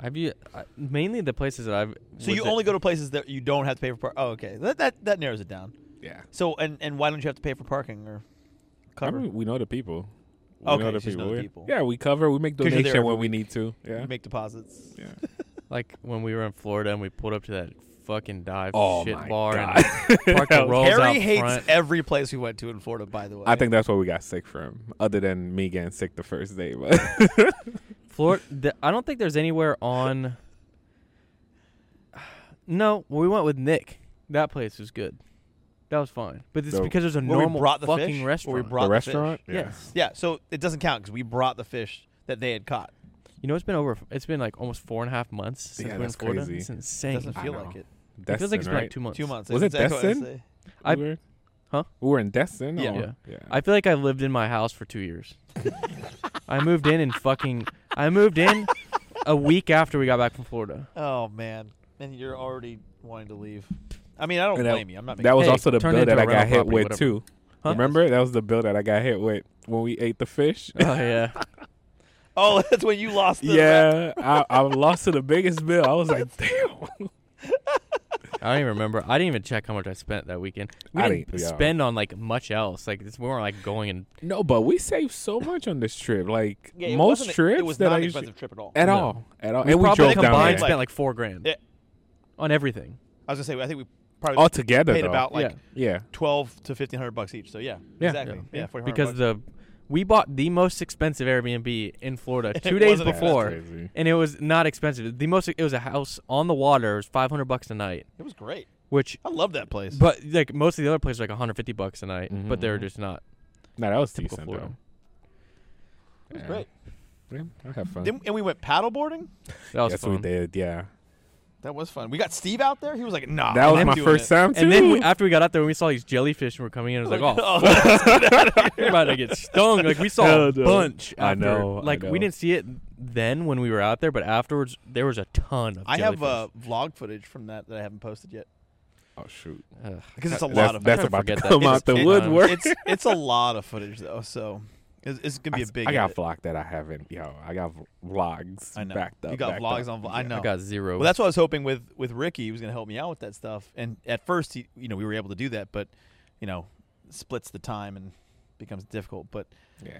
S1: Have you I, mainly the places that I've?
S3: So you
S1: was it-
S3: only go to places that you don't have to pay for parking. Oh, okay. That, that that narrows it down.
S2: Yeah.
S3: So and and why don't you have to pay for parking or
S2: I
S3: cover?
S2: mean, we know the people. We
S3: Okay,
S2: know the
S3: it's just
S2: people.
S3: know the
S2: yeah.
S3: people.
S2: Yeah, we cover. We make
S3: 'Cause you're there
S2: donation
S3: every
S2: when we need to. Yeah.
S3: You make deposits.
S2: yeah.
S1: like when we were in Florida and we pulled up to that fucking dive
S2: Oh
S1: shit
S2: my
S1: bar
S2: God.
S1: and parked the
S2: That was-
S1: rolls
S3: Harry
S1: out
S3: hates
S1: front.
S3: every place we went to in Florida. By the way,
S2: I think that's what we got sick from, other than me getting sick the first day. But
S1: Florida. th- I don't think there's anywhere on. No, we went with Nick. That place was good. That was fine, but it's
S2: So-
S1: because there's a
S3: Where we
S1: normal
S3: brought the
S1: fucking
S3: fish? Where we
S1: restaurant.
S3: brought- Rotten
S2: the restaurant,
S1: fish. Yes.
S3: yeah. So it doesn't count because we brought the fish that they had caught.
S1: You know, it's been over. It's been like almost four and a half months since
S2: Yeah,
S1: we we're in
S2: that's
S1: Florida.
S2: crazy.
S1: It's
S3: It
S1: insane.
S3: doesn't
S2: I
S3: feel
S2: know.
S3: like it.
S1: it feels like it's
S2: Destin,
S1: been
S2: right?
S1: like two months.
S3: Two months.
S2: Was
S3: that's
S2: it
S3: exactly what I
S2: Destin?
S3: say.
S1: I-
S2: we were,
S1: Huh?
S2: We were in Destin.
S3: Yeah.
S2: or-
S1: Yeah. I feel like I lived in my house for two years. I moved in and fucking. I moved in a week after we got back from Florida.
S3: Oh man, and you're already wanting to leave. I mean, I don't
S2: And that-
S3: blame you. I'm not.
S2: That was
S1: Hey,
S2: also the
S1: turn
S2: bill
S1: into
S2: that
S1: a
S2: I got
S1: rental
S2: hit
S1: property,
S2: with
S1: whatever.
S2: too.
S1: Huh?
S2: Remember? That was the bill that I got hit with when we ate the fish.
S1: Oh yeah.
S3: oh, that's when you lost. The
S2: yeah, I, I lost to the biggest bill. I was like, damn.
S1: I don't even remember. I didn't even check how much I spent that weekend. We
S2: I
S1: didn't,
S2: didn't- yeah.
S1: spend on like much else. Like this, we weren't like going and
S2: No, but we saved so much on this trip. Like
S3: Yeah, it
S2: most
S3: wasn't a-
S2: trips
S3: It was
S2: that
S3: not
S2: I
S3: an
S2: usually,
S3: expensive trip at all.
S2: at
S1: No.
S2: all, at all,
S1: we
S2: and we
S1: probably
S2: drove down
S1: combined
S2: there.
S3: like-
S1: spent like four grand
S3: Yeah.
S1: on everything.
S3: I was gonna say. I think we probably
S2: all together.
S3: paid
S2: though.
S3: about like
S1: Yeah.
S2: yeah,
S3: twelve to fifteen hundred bucks each. So yeah,
S2: Yeah.
S3: exactly.
S1: Yeah.
S3: Yeah, 1,400
S1: because
S3: bucks.
S1: the we bought the most expensive Airbnb in Florida
S3: And
S1: two
S3: it
S1: days
S3: wasn't
S1: before,
S2: That's crazy.
S1: and it was not expensive. The most it was a house on the water. It was five hundred bucks a night,
S3: it was great.
S1: which
S3: I love that place.
S1: but like most of the other places are like one hundred fifty bucks a night, but they're
S2: Mhm.
S3: Mm-hmm.
S1: just not
S2: No, that was
S1: typical
S2: decent
S1: Florida.
S2: though.
S3: it was
S2: Yeah.
S3: great.
S2: Yeah, I had fun.
S3: Then, and we went paddleboarding.
S1: That was
S2: yes,
S1: fun.
S2: we did. Yeah,
S3: That was fun. We got Steve out there. He was like,
S1: Ah,
S3: "Nah."
S2: that
S3: I'm
S2: was
S3: not
S2: my
S3: doing
S2: first
S3: it.
S2: time too.
S1: And then we, after we got out there, we saw these jellyfish and were coming in. I was like, oh, we're about to get stung. Like we saw
S2: Hell
S1: a
S2: no.
S1: bunch.
S2: I
S1: after-
S2: know, I
S1: Like we
S2: know.
S1: didn't see it then when we were out there, but afterwards there was a ton of.
S3: I have uh,
S1: jellyfish.
S3: vlog footage from that that I haven't posted yet
S2: oh shoot,
S3: uh,
S1: Ugh.
S3: because it's a
S2: that's,
S3: lot of.
S2: that's
S1: I'm trying to
S2: about
S1: forget
S2: to
S1: that.
S2: come
S1: It's-
S2: out the
S1: it's-
S2: woodwork.
S3: it's it's a lot of footage though, so it's, it's gonna be a
S2: I-
S3: big.
S2: I got
S3: edit.
S2: vlogged that I haven't. Yo, I got v- vlogs.
S3: I know.
S2: Backed up,
S3: You got
S2: backed
S3: vlogs
S2: up.
S3: on. Vlog. I know.
S1: I got zero.
S3: Well, that's what I was hoping with with Ricky. He was going to help me out with that stuff. And at first, he, you know, we were able to do that, but you know, splits the time and becomes difficult. But
S2: Yeah.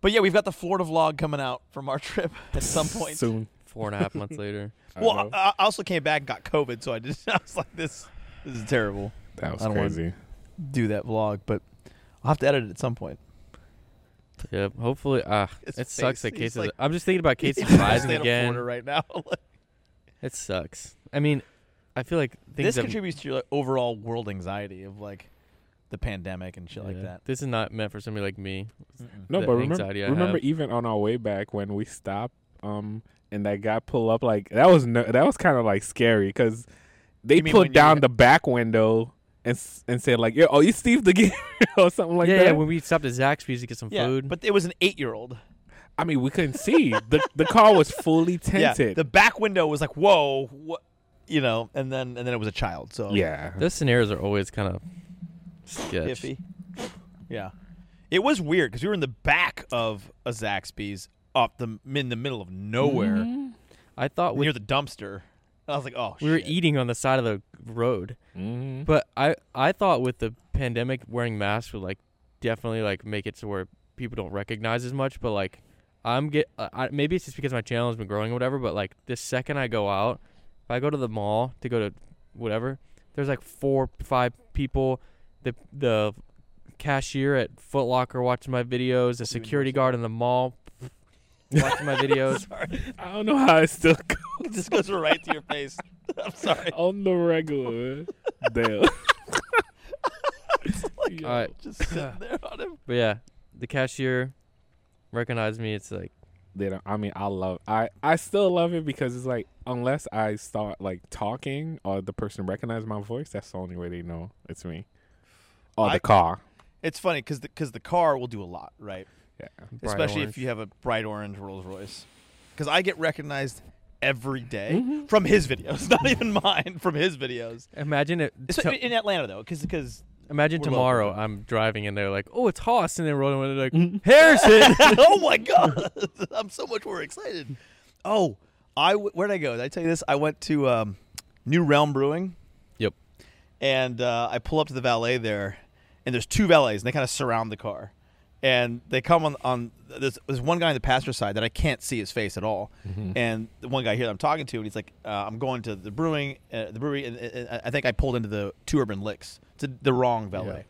S3: but yeah, we've got the Florida vlog coming out from our trip at some point.
S2: Soon. Uh-huh.
S1: Four and a half months later.
S2: I
S3: well,
S2: know.
S3: I, I also came back and got COVID, so I just I was like, this this is terrible.
S2: that was
S3: I don't wanna-
S2: crazy.
S3: Do that vlog, but I'll have to edit it at some point.
S1: Yep. Hopefully, ah,
S3: His
S1: it sucks
S3: face,
S1: that
S3: he's
S1: cases.
S3: like-
S1: I'm just thinking about cases
S3: He's in the
S1: rising
S3: state of
S1: again.
S3: Florida right now. Like,
S1: It sucks. I mean, I feel like things
S3: this
S1: have-
S3: contributes to your like, overall world anxiety of like the pandemic and shit like
S1: yeah.
S3: that.
S1: This is not meant for somebody like me.
S2: No,
S1: the
S2: but remember,
S1: anxiety I
S2: remember
S1: have.
S2: even on our way back when we stopped, um, and that guy pulled up like that was no, that was kind of like scary because they
S3: You mean when
S2: put
S3: you
S2: down
S3: were-
S2: the back window and s- and said like, "Yo, oh, you Steve the Gear or something like
S1: yeah,
S2: that."
S1: yeah. When we stopped at Zaxby's to get some
S3: Yeah,
S1: food,
S3: but it was an eight-year-old.
S2: I mean, we couldn't see the the car was fully
S3: Yeah,
S2: tinted.
S3: the back window was like, whoa, what, you know, and then and then it was a child. So
S2: Yeah.
S1: those scenarios are always kind of sketch.
S3: iffy. Yeah, it was weird because we were in the back of a Zaxby's, up the in the middle of nowhere Oh,
S1: I thought we
S3: near the dumpster. And I was like, oh,
S1: Mm-hmm. we were e-
S3: shit.
S1: eating on the side of the road,
S2: Mhm.
S1: but I I thought with the pandemic, wearing masks would like definitely like make it to where people don't recognize as much. But like, I'm get uh, I, maybe it's just because my channel has been growing or whatever. But like, the second I go out, if I go to the mall to go to whatever, there's like four five people. The the cashier at Foot Locker watching my videos. The security guard in the mall watching my videos.
S3: Sorry,
S2: I don't know how it's still goes
S3: it just goes right to your face. I'm sorry.
S2: on the regular. Damn. Yo.
S1: All right.
S3: Just sitting there on him.
S1: But yeah, the cashier recognized me. It's like
S2: they don't i mean i love i i still love it because it's like unless i start like talking or the person recognizes my voice that's the only way they know it's me or
S3: I-
S2: the car
S3: It's funny because because the, car will do a lot, right?
S2: yeah
S1: bright
S3: Especially
S1: orange.
S3: if you have a bright orange Rolls Royce. Because I get recognized every day
S1: Mm-hmm.
S3: from his videos, not even mine, from his videos.
S1: Imagine it.
S3: So,
S1: to-
S3: in Atlanta though, because because
S1: imagine
S3: we're
S1: tomorrow I'm driving and they're like, "Oh, it's Haas," and they're rolling with it like Harrison.
S3: oh my god, I'm so much more excited. Oh, I w- where'd I go? Did I tell you this? I went to um, New Realm Brewing.
S1: Yep.
S3: And uh, I pull up to the valet there, and there's two valets, and they kind of surround the car, and they come on on. There's, there's one guy on the passenger side that I can't see his face at all, and the one guy here that I'm talking to, and he's like, uh, "I'm going to the brewing, uh, the brewery, and, and I- I think I pulled into the Two Urban Licks. It's a, the wrong valet."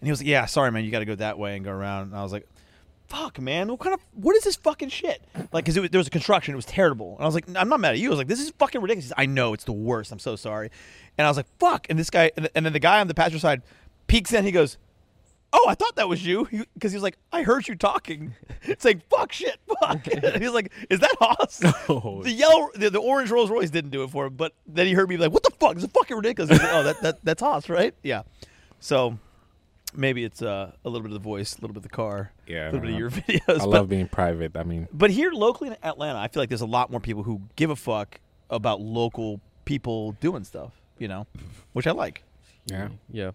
S3: And he was like, "Yeah, sorry, man, you got to go that way and go around." And I was like, "Fuck, man, what kind of what is this fucking shit?" Like, because there was construction, it was terrible, and I was like, "I'm not mad at you." I was like, "This is fucking ridiculous." He's, I know it's the worst. I'm so sorry. And I was like, "Fuck!" And this guy, and, and then the guy on the passenger side peeks in. He goes, "Oh, I thought that was you," because he was like, "I heard you talking." It's like, "Fuck, shit, fuck." And he's like, "Is that Haas?"
S2: Oh,
S3: the yellow, the, the orange Rolls Royce didn't do it for him, but then he heard me like, "What the fuck? This is fucking ridiculous." He's like, oh, that, that that's Haas, right? Yeah. So maybe it's uh, a little bit of the voice, a little bit of the car, a
S2: yeah
S3: little
S1: Uh-huh.
S3: bit of your videos.
S2: i
S3: but,
S2: love being private i mean
S3: but here locally in Atlanta, I feel like there's a lot more people who give a fuck about local people doing stuff, you know, which I like.
S2: yeah
S1: yeah,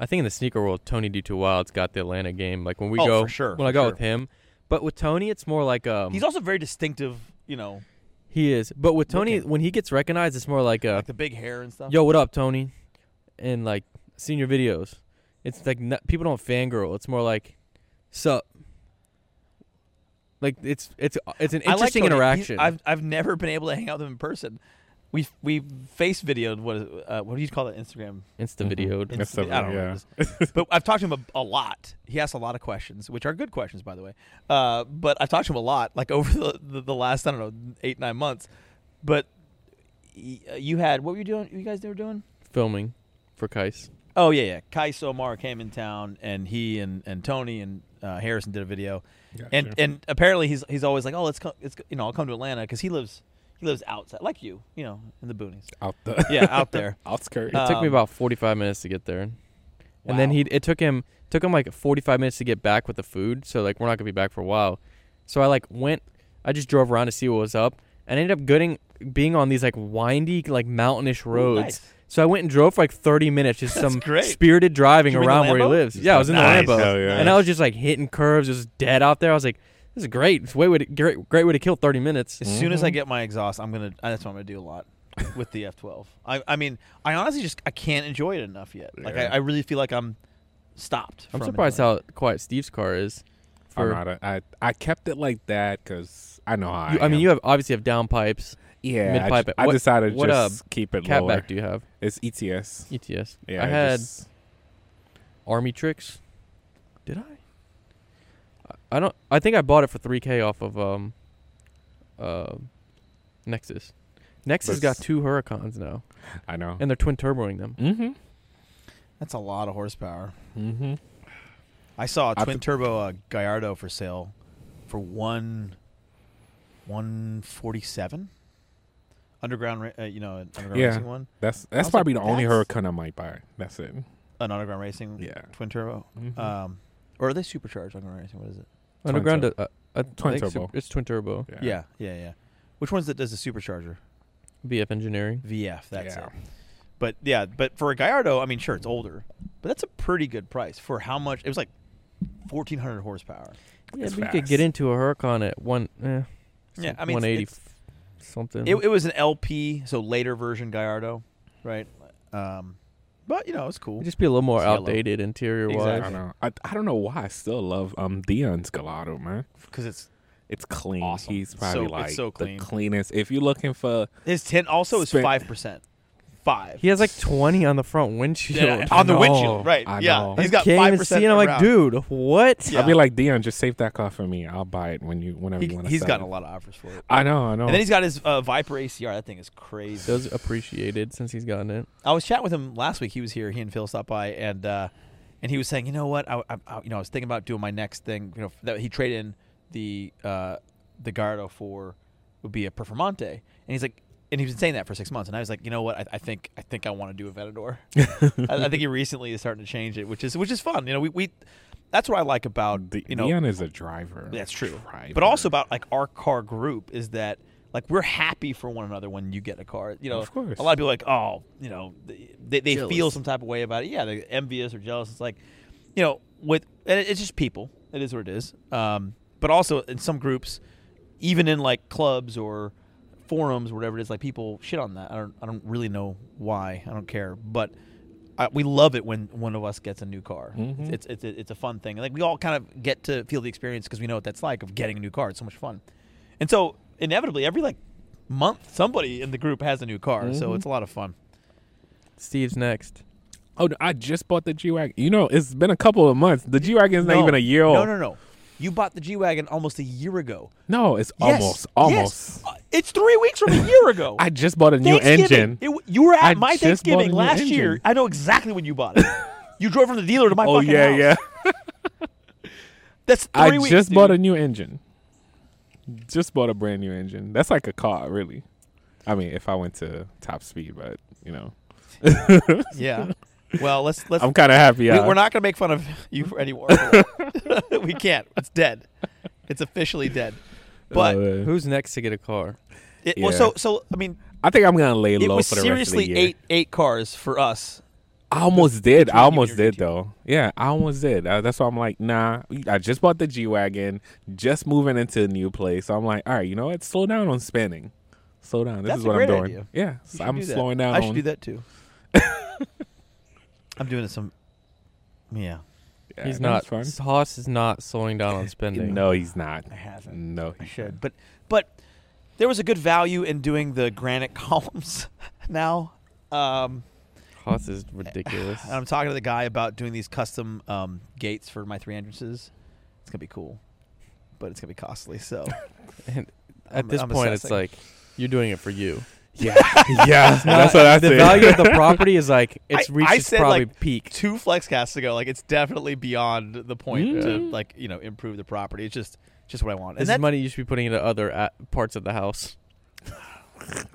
S1: I think in the sneaker world, Tony D two Wild's got the Atlanta game. Like when we
S3: Oh,
S1: go,
S3: for sure,
S1: when I
S3: for
S1: go
S3: sure.
S1: with him, but with Tony, it's more like um,
S3: He's also very distinctive, you know,
S1: he is. But with Tony,
S3: Looking.
S1: when he gets recognized, it's more like a
S3: like the big hair and stuff.
S1: yo, what up, Tony? And like senior videos, it's like n people don't fangirl. It's more like, sup. Like it's it's it's an
S3: I like
S1: interesting
S3: Tony. He's-
S1: interaction.
S3: I've I've never been able to hang out with him in person. We we face videoed what is, uh, what do you call that Instagram?
S1: Insta videoed.
S3: Insta-
S2: That's
S3: I don't know what it is. but I've talked to him a, a lot. He asks a lot of questions, which are good questions, by the way. Uh, but I've talked to him a lot, like over the, the, the last I don't know eight nine months. But y- uh, you had what were you doing? You guys were doing?
S1: filming for Kais.
S3: Oh yeah, yeah. Kai Somar came in town, and he and, and Tony and uh, Harrison did a video, and and apparently he's he's always like, oh, let's come, let's go- you know, I'll come to Atlanta because he lives he lives outside, like you, you know, in the boonies.
S2: out the
S3: Yeah, out there.
S2: outskirts
S1: It took me
S3: Um,
S1: about 45 minutes to get there. And then
S3: Wow.
S1: he it took him took him like 45 minutes to get back with the food, so like we're not going to be back for a while. So I like went I just drove around to see what was up and ended up getting being on these like windy like mountainous roads.
S3: nice.
S1: So I went and drove for like 30 minutes just some
S3: great.
S1: spirited driving
S3: You were in the
S1: around where he
S3: Lambo?
S1: lives. Yeah, I was in
S2: Nice.
S1: the Lambo.
S2: Hell yeah.
S1: And I was just like hitting curves, it was dead out there. I was like this is great. It's a way way to, great, great way to kill 30 minutes.
S3: As soon
S2: Mm-hmm.
S3: as I get my exhaust, I'm gonna. uh, That's what I'm gonna do a lot with the F12. I, I mean, I honestly just I can't enjoy it enough yet. Like I,
S2: Yeah.
S3: I really feel like I'm
S5: stopped.
S1: I'm
S5: from
S1: surprised
S5: anywhere.
S1: how quiet Steve's car is.
S2: I'm
S1: For
S2: not a, I, I kept it like that because I know how.
S1: you, I, mean,
S2: am.
S1: you have obviously have down pipes.
S2: yeah. I,
S1: mid-pipe-
S2: ju- I
S1: what-
S2: decided to
S1: what, uh,
S2: just keep it lower.
S1: Catback, do you have
S2: It's ETS.
S3: E
S1: ETS?
S2: Yeah,
S1: I had
S2: just-
S1: Army Tricks. Did I? I- I don't. I think I bought it for three k off of um, uh, Nexus. Nexus
S2: But-
S1: got two Huracans now,
S2: I know.
S1: and they're twin turboing them.
S2: Mm-hmm.
S3: That's a lot of horsepower.
S2: Mm-hmm.
S3: I saw
S2: I
S3: a twin turbo uh, Gallardo for sale for one one forty seven. Underground, ra- uh, you know, an underground
S2: Yeah.
S3: racing one,
S2: That's
S3: was
S2: that's
S3: like,
S2: probably the only
S3: "That's- Mm-hmm.
S2: Huracan I might buy. That's it.
S3: an Uh, underground racing
S2: Yeah.
S3: twin turbo.
S2: Mhm.
S3: Um, or are they supercharged underground racing? What is it?
S2: Twin
S1: Underground,
S2: turbo.
S1: uh, uh,
S2: Twin
S1: I think
S2: turbo.
S1: sup- it's twin turbo.
S2: yeah.
S3: Yeah, yeah, yeah. Which one's that does the supercharger?
S1: BF Engineering.
S3: VF. That's
S2: Yeah.
S3: it. But yeah, but for a Gallardo, I mean, sure, it's older, but that's a pretty good price for how much. It was like fourteen hundred horsepower.
S1: Yeah,
S2: It's
S1: but you could
S2: fast.
S1: get into a Huracan at one. Eh,
S3: Yeah, I mean,
S1: one eighty
S3: it's-
S1: something.
S3: It, it was an LP, so later version Gallardo, right? Um, but you know, it's cool.
S1: It'd just be a little more
S3: It's yellow.
S1: outdated interior
S2: I
S1: wise.
S3: Exactly.
S2: don't know. I, I don't know why I still love um Dion's Gelato, man.
S3: because it's
S2: It's clean.
S3: Awesome.
S2: He's
S3: It's
S2: probably
S3: so-
S2: like
S3: it's so clean.
S2: the cleanest. If you're looking for
S3: his tint also is
S2: Spin-
S3: five percent, five
S1: He has like twenty on the front windshield.
S3: Yeah, on the
S2: I know.
S3: windshield, right?
S2: I
S3: yeah,
S2: know.
S3: he's got
S1: can't
S3: five
S1: even see,
S3: percent.
S1: and I'm like, dude, what?
S3: Yeah.
S2: I'll be like Dion, just save that car for me. I'll buy it when you whenever you want to.
S3: he, has
S2: sell
S3: gotten
S2: it.
S3: a lot of offers for it.
S2: I know, I know.
S3: And then he's got his uh, Viper ACR. That thing is crazy.
S1: Those appreciated since he's gotten it.
S3: I was chatting with him last week. He was here. He and Phil stopped by, and uh, and he was saying, you know what? I, I, I- you know, I was thinking about doing my next thing. You know, that he traded in the uh, the Gardo for would be a Performante, and he's like, and he's been saying that for six months. And I was like, you know what? I, I think I think I want to do a Venador. I, I think he recently is starting to change it, which is which is fun. You know, we, we that's what I like about
S2: D-
S3: you know
S2: Dion is a driver.
S3: that's true.
S2: Driver.
S3: But also about like our car group is that like we're happy for one another when you get a car. You know,
S2: Of course.
S3: a lot of people are like, oh, you know, they they feel
S1: Jealous.
S3: some type of way about it. Yeah, they're envious or jealous. It's like, you know, with and it- it's just people. It is what it is. Um, but also in some groups, even in like clubs or forums, whatever it is, like people shit on that. I don't I don't really know why. I don't care, but. I, we love it when one of us gets a new car.
S2: Mhm.
S3: It's, it's it's it's a fun thing. Like we all kind of get to feel the experience because we know what that's like of getting a new car. It's so much fun, and so inevitably every like month somebody in the group has a new car. So
S2: Mhm.
S3: it's a lot of fun.
S1: Steve's next.
S2: Oh, I just bought the G wagon. You know, it's been a couple of months. The G wagon is not even a year old.
S3: No, no, no. You bought the G wagon almost a year ago.
S2: No, it's
S3: Yes,
S2: almost,
S3: yes.
S2: almost.
S3: Uh, it's three weeks from a year ago.
S2: I just bought a new
S3: Thanksgiving.
S2: engine.
S3: It w- you were at
S2: I
S3: my
S2: just bought a
S3: Thanksgiving
S2: new
S3: last
S2: engine.
S3: year. I know exactly when you bought it. you drove from the dealer to my
S2: oh
S3: fucking
S2: yeah,
S3: house.
S2: yeah.
S3: That's three
S2: I
S3: weeks.
S2: just
S3: dude.
S2: bought a new engine. Just bought a brand new engine. That's like a car, really. I mean, if I went to top speed, but you know,
S3: Yeah. Well, let's let's
S2: I'm kind of happy.
S3: We,
S2: I-
S3: we're not going to make fun of you anymore. we can't. It's dead. It's officially dead. But
S2: Uh,
S1: Who's next to get a car?
S3: it, well,
S2: yeah.
S3: so so I mean,
S2: I think I'm gonna lay
S3: it
S2: low
S3: was
S2: for the rest of the
S3: seriously
S2: year.
S3: eight eight cars for us.
S2: I almost did. I
S3: you
S2: almost
S3: and your
S2: did though. Yeah, I almost did. Uh, that's why I'm like, nah. I just bought the G wagon. Just moving into a new place. So I'm like, all right, you know what? Slow down on spending. Slow down. This
S3: That's
S2: is
S3: a
S2: what I'm
S3: great
S2: doing.
S3: idea.
S2: Yeah,
S3: You
S2: so
S3: should
S2: I'm
S3: do that.
S2: slowing down.
S3: I should
S2: on,
S3: do that too. I'm doing some. Yeah,
S2: Yeah,
S1: He's
S2: no,
S1: not.
S2: it's fine.
S1: Haas is not slowing down on spending.
S2: No, he's not.
S3: I haven't.
S2: No,
S3: I
S2: he's
S3: should, but but there was a good value in doing the granite columns. Now, um,
S1: Haas is ridiculous.
S3: and I'm talking to the guy about doing these custom um, gates for my three entrances. It's gonna be cool, but it's gonna be costly. So.
S1: And
S3: I'm-
S1: At this
S3: I'm
S1: point,
S3: assessing.
S1: it's like you're doing it for you.
S2: Yeah, yeah. that's what I
S1: the
S2: said.
S1: value of the property is like it's
S3: I-
S1: reached
S3: I
S1: its
S3: said,
S1: probably
S3: like,
S1: peak.
S3: two flex casts ago, like it's definitely beyond the point to
S2: Mm.
S3: like you know improve the property. It's just just what I want.
S1: This
S3: And
S1: is
S3: that,
S1: money you should be putting into other a parts of the house.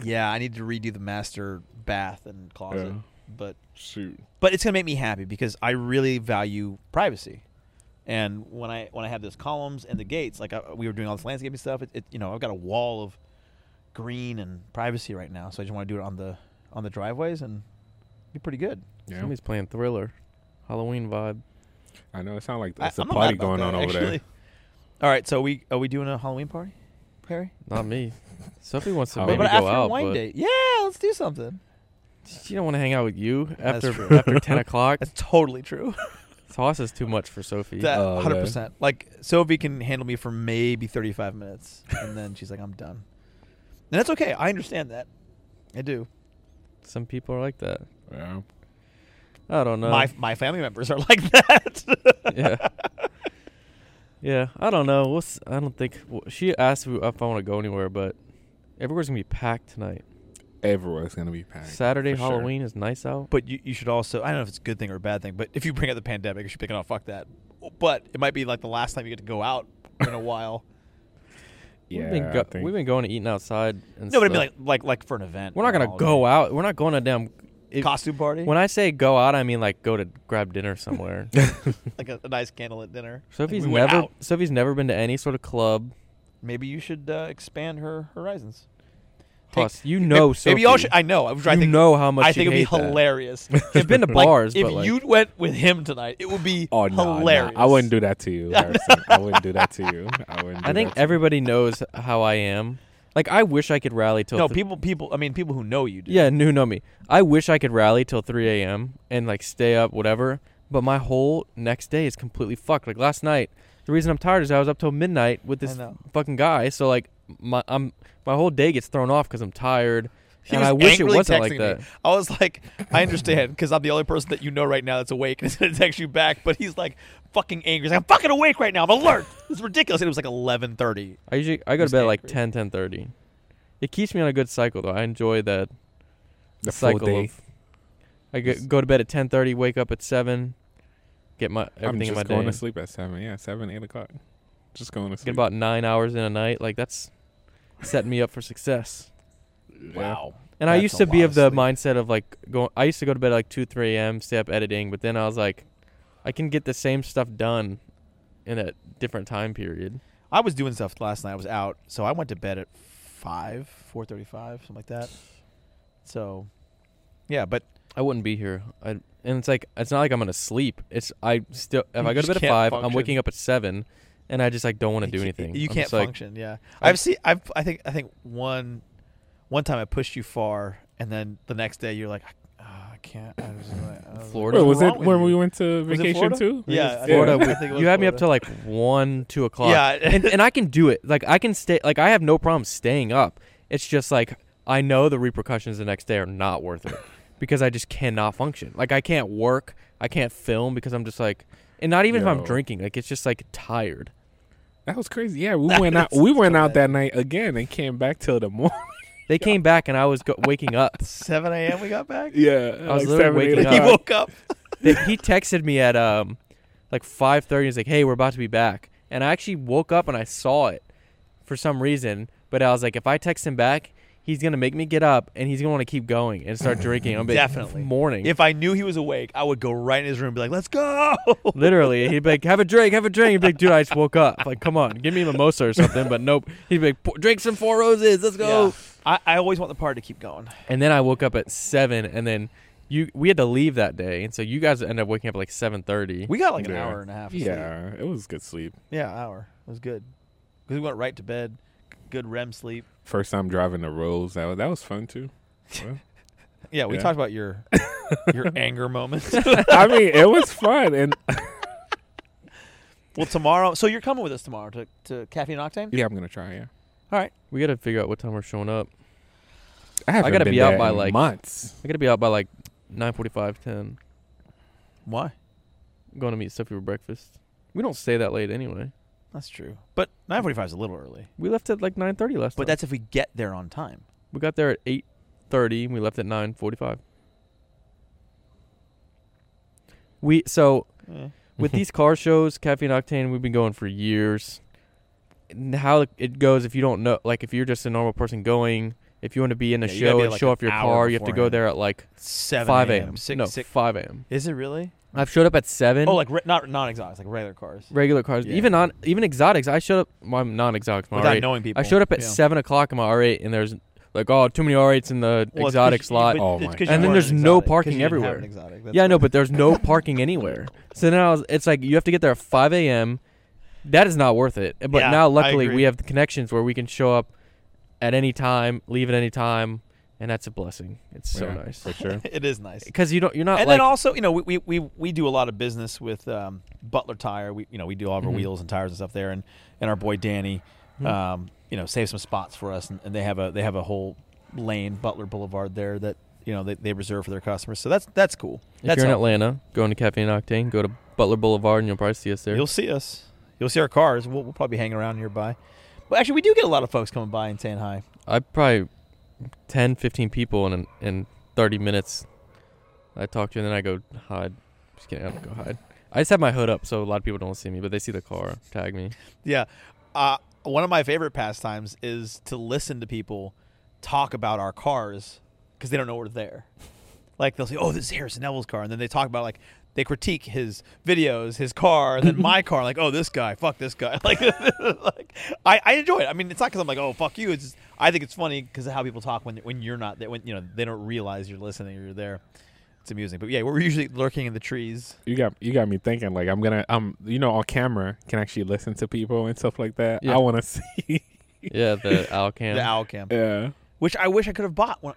S3: yeah, I need to redo the master bath and closet,
S2: Yeah.
S3: but
S2: Shoot.
S3: but it's gonna make me happy because I really value privacy. And when I when I have those columns and the gates, like I, we were doing all this landscaping stuff, it, it you know I've got a wall of green and privacy right now, so I just want to do it on the on the driveways and be pretty good.
S2: Yeah,
S1: Somebody's playing Thriller, Halloween vibe.
S2: I know. It sounds like
S3: I-
S2: there's a
S3: I'm not
S2: party
S3: mad about
S2: going
S3: that,
S2: on over
S3: actually.
S2: there.
S3: All right, so we are we doing a Halloween party, Perry?
S1: Not me. Sophie wants to
S2: Oh.
S1: maybe go
S3: but after
S1: out.
S3: wine
S1: but
S3: date, yeah, let's do something.
S1: She don't want to hang out with you
S3: That's
S1: after
S3: true.
S1: after ten o'clock.
S3: That's totally true.
S1: Toss is too much for Sophie.
S3: That
S2: Oh,
S3: hundred
S2: man.
S3: percent. Like Sophie can handle me for maybe thirty five minutes, and then she's like, "I'm done," and that's okay. I understand that. I do.
S1: Some people are like that.
S2: Yeah.
S1: I don't know.
S3: My my family members are like that.
S1: yeah. Yeah, I don't know. We'll s- I don't think w- she asked if I want to go anywhere, but everywhere's gonna be packed tonight.
S2: Everywhere's gonna be packed.
S1: Saturday
S2: for sure.
S1: Halloween is nice out.
S3: but you, you should also. I don't know if it's a good thing or a bad thing, but if you bring up the pandemic, you should be like, "Oh fuck that." But it might be like the last time you get to go out in a while.
S2: Yeah.
S1: we've been,
S2: I
S1: go-
S2: think-
S1: we've been going to eating outside. And
S3: No, but I mean
S1: stuff.
S3: like like like for an event.
S1: we're not gonna go out. We're not going to damn. if-
S3: costume party.
S1: when I say go out, I mean like go to grab dinner somewhere.
S3: like a, a nice candle at dinner.
S1: Sophie's
S3: we went
S1: never.
S3: out.
S1: Sophie's never been to any sort of club.
S3: Maybe you should uh, expand her horizons. Take-
S1: Plus, you know
S3: maybe,
S1: Sophie.
S3: maybe y'all should. I know. I was trying
S1: you
S3: to think.
S1: know how much
S3: I
S1: she'd
S3: think it'd be
S1: hate that.
S3: hilarious.
S1: They've been to
S3: Like,
S1: bars,
S3: if
S1: but like,
S3: you went with him tonight, it would be
S2: Oh no!
S3: hilarious.
S2: I wouldn't do that to you. Harrison. I wouldn't do that to you. I wouldn't. Do
S1: I think
S2: that to you.
S1: everybody knows how I am. Like I wish I could rally till.
S3: No,
S1: th-
S3: people, people. I mean, people who know you do.
S1: Yeah, new know me. I wish I could rally till 3 a.m. and like stay up, whatever. But my whole next day is completely fucked. Like last night, the reason I'm tired is I was up till midnight with this
S3: know.
S1: fucking guy. So like my I'm my whole day gets thrown off because I'm tired.
S3: He
S1: and
S3: was
S1: I wish it
S3: angrily
S1: wasn't like
S3: texting
S1: that.
S3: me. I was like, I understand because I'm the only person that you know right now that's awake and is going to text you back. But he's like fucking angry. He's like, I'm fucking awake right now. I'm alert. It's ridiculous. And it was like 11:30.
S1: I usually I go to
S3: was
S1: bed at like 10,
S3: angry.
S1: 10:30. It keeps me on a good cycle though. I enjoy that
S2: the full
S1: cycle
S2: day.
S1: of. I get, go to bed at 10:30, wake up at seven, get my everything
S2: I'm
S1: in my
S2: just
S1: day.
S2: going to sleep at seven. Yeah, seven, eight o'clock. Just going to
S1: get
S2: sleep.
S1: about nine hours in a night. Like that's setting me up for success.
S2: Yeah.
S3: Wow.
S1: And I
S3: That's
S1: used
S3: a
S1: to be
S3: lot
S1: of
S3: of
S1: the
S3: sleep.
S1: mindset of like going. I used to go to bed at like two, three a.m. stay up editing, but then I was like, I can get the same stuff done in a different time period.
S3: I was doing stuff last night. I was out, so I went to bed at five, 4:35, something like that. So, yeah, but
S1: I wouldn't be here. I and it's like it's not like I'm gonna sleep. It's I still if
S3: You
S1: I go to
S3: just
S1: bed at
S3: can't
S1: five, I'm
S3: function.
S1: waking up at seven, and I just like don't want to
S3: You
S1: do
S3: can't-
S1: anything.
S3: You
S1: I'm
S3: can't
S1: just like,
S3: function. Yeah,
S1: I-
S3: I've seen. I've. I think. I think one, one time I pushed you far, and then the next day you're like, "Ah, I can't. I was like, I was like,
S1: Florida?
S2: Wait,
S3: "What's
S2: was
S3: wrong
S2: it
S3: with
S2: when
S3: you?"
S2: we went to
S3: Was it
S2: vacation
S3: Florida?
S2: too?
S3: Yeah, I
S1: Florida,
S3: think-
S1: we-
S3: I think it was
S1: you had me up
S3: Florida.
S1: till like one, two o'clock.
S3: Yeah.
S1: and, and I can do it. Like I can stay. Like I have no problem staying up. It's just like I know the repercussions the next day are not worth it because I just cannot function. Like I can't work. I can't film because I'm just like, and not even if I'm
S2: Yo.
S1: drinking. Like it's just like tired.
S2: That was crazy. Yeah, we went out. We went out that night again and came back till the morning.
S1: They came back and I was go- waking up.
S3: 7 a.m. We got back.
S2: yeah,
S1: I was literally waking
S3: He
S1: up.
S2: o'clock.
S3: woke up.
S1: They, he texted me at um, like five thirty. He's like, "Hey, we're about to be back," and I actually woke up and I saw it for some reason. But I was like, if I text him back, he's gonna make me get up and he's gonna want to keep going and start drinking. I'm
S3: Definitely.
S1: morning.
S3: If I knew he was awake, I would go right in his room, and be like, "Let's go."
S1: Literally, he'd be like, "Have a drink, have a drink." He'd be like, "Dude, I just woke up. Like, come on, give me a mimosa or something." But nope. He'd be like, "Pour- "Drink some Four Roses. Let's go."
S3: Yeah. I, I always want the party to keep going.
S1: And then I woke up at seven, and then you we had to leave that day, and so you guys ended up waking up at like seven thirty.
S3: We got like an
S2: Yeah.
S3: hour and a half. Of Sleep.
S2: Yeah, it was good sleep.
S3: Yeah, hour. It was good. 'Cause we went right to bed. Good REM sleep.
S2: First time driving the roads. That was, that was fun too. Well,
S3: Yeah, we
S2: Yeah.
S3: talked about your your anger moments.
S2: I mean, it was fun, and
S3: well, tomorrow. So you're coming with us tomorrow to, to Caffeine Octane?
S2: yeah, I'm gonna try. Yeah,
S1: We got to figure out what time we're showing up.
S2: I haven't
S1: gotta
S2: been
S1: be out
S2: there
S1: by,
S2: in
S1: like-
S2: months.
S1: I gotta be out by like 9:45, 10.
S3: Why?
S1: Going to meet Sophie for breakfast. We don't stay that late anyway.
S3: That's true. But 9:45 is a little early.
S1: We left at like 9:30 last
S3: But
S1: time.
S3: that's if we get there on time.
S1: we got there at 8:30 and we left at 9:45. We so
S3: Eh.
S1: with these car shows, Caffeine Octane, we've been going for years. And how it goes if you don't know, like if you're just a normal person going, if you want to be in a
S3: Yeah, you gotta
S1: show
S3: be
S1: and
S3: like
S1: show
S3: an
S1: off your
S3: hour
S1: car, you have to go
S3: beforehand.
S1: there at like
S3: 7
S1: 5 a.m.
S3: Six,
S1: no,
S3: six.
S1: 5 a.m.
S3: Is it really?
S1: I've showed up at 7.
S3: Oh, like re- not not exotics, like regular cars.
S1: regular cars,
S3: Yeah.
S1: even on even exotics. I showed up. Well, I'm non-exotics. My
S3: Without
S1: R8.
S3: knowing people.
S1: I showed up at
S3: Yeah.
S1: seven o'cloc in my R8, and there's like, oh, too many R8s in the
S3: Well, it's 'cause
S1: exotic
S3: you-
S1: slot.
S3: but
S2: Oh
S3: it's
S2: my
S3: 'cause
S2: God.
S3: you
S2: And then
S3: weren't
S1: there's
S3: an
S1: no
S3: exotic, 'cause
S1: parking
S3: you didn't have an
S1: everywhere.
S3: exotic. That's
S1: yeah, I know,
S3: why.
S1: but there's no parking anywhere. So now I was- it's like you have to get there at 5 a.m. That is not worth it. But
S3: Yeah, I
S1: now, luckily,
S3: agree.
S1: we have the connections where we can show up at any time, leave at any time, and that's a blessing. It's so
S2: Yeah,
S1: nice
S2: for sure.
S3: it is nice.
S1: because you don't you're not
S3: and
S1: Uh, like
S3: then also, you know, we, we, we, we do a lot of business with um, Butler Tire. We you know we do all of our
S1: Mhm.
S3: wheels and tires and stuff there, and, and our boy Danny,
S1: Mhm.
S3: um, you know, saves some spots for us, and, and they have a they have a whole lane Butler Boulevard there that you know they, they reserve for their customers. So that's that's cool.
S1: if
S3: that's
S1: you're in
S3: helpful.
S1: Atlanta going to Cafe and Octane, go to Butler Boulevard and you'll probably see us there.
S3: You'll see us. You'll see our cars. We'll, we'll probably hang around nearby. But actually, we do get a lot of folks coming by and saying hi.
S1: I probably 10, 15 people in an, in 30 minutes. I talk to you and then I go hide. Just kidding, I don't go hide. I just have my hood up so a lot of people don't see me, but they see the car tag me.
S3: Yeah. Uh, one of my favorite pastimes is to listen to people talk about our cars because they don't know we're there. Like they'll say, "Oh, this is Harrison Neville's car," and then they talk about like they critique his videos, his car, and then my car. Like, "Oh, this guy, fuck this guy." Like, like I, I enjoy it. I mean, it's not because I'm like, "Oh, fuck you." It's just, I think it's funny because of how people talk when when you're not there. When you know they don't realize you're listening or you're there. It's amusing. But yeah, we're usually lurking in the trees.
S2: You got you got me thinking. Like I'm gonna um you know on camera can actually listen to people and stuff like that.
S1: Yeah.
S2: I want to see.
S1: Yeah, the owl cam.
S3: The owl cam,
S2: yeah,
S3: which I wish I could have bought. When,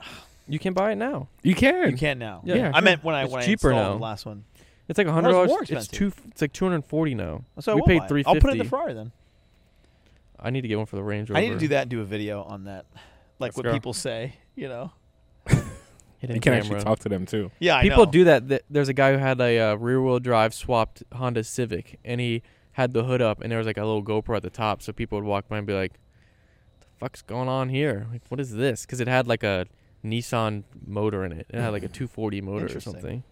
S1: You can buy it now.
S2: you can.
S3: you can now.
S1: Yeah.
S2: Yeah.
S3: I meant when I
S1: It's
S3: when
S1: cheaper
S3: I installed
S1: now.
S3: the last one.
S1: It's like a hundred
S3: Well, it's
S1: dollars.
S3: more
S1: It's two.
S3: expensive.
S1: It's like two hundred and forty now.
S3: So I
S1: we
S3: won't
S1: paid
S3: buy
S1: three
S3: it.
S1: fifty.
S3: I'll put it in the Ferrari then.
S1: I need to get one for the Range Rover.
S3: I need to do that and do a video on that, like
S1: Let's
S3: what
S1: go.
S3: people say. You know?
S1: Hidden
S2: You can
S1: camera.
S2: actually talk to them too.
S3: Yeah, I
S1: People
S3: know.
S1: do that. Th- There's a guy who had a uh, rear-wheel drive swapped Honda Civic, and he had the hood up, and there was like a little GoPro at the top, so people would walk by and be like, "The fuck's going on here? Like, what is this?" Because it had like a Nissan motor in it. It had like a 240 motor or
S3: Interesting. Mm-hmm.
S1: something.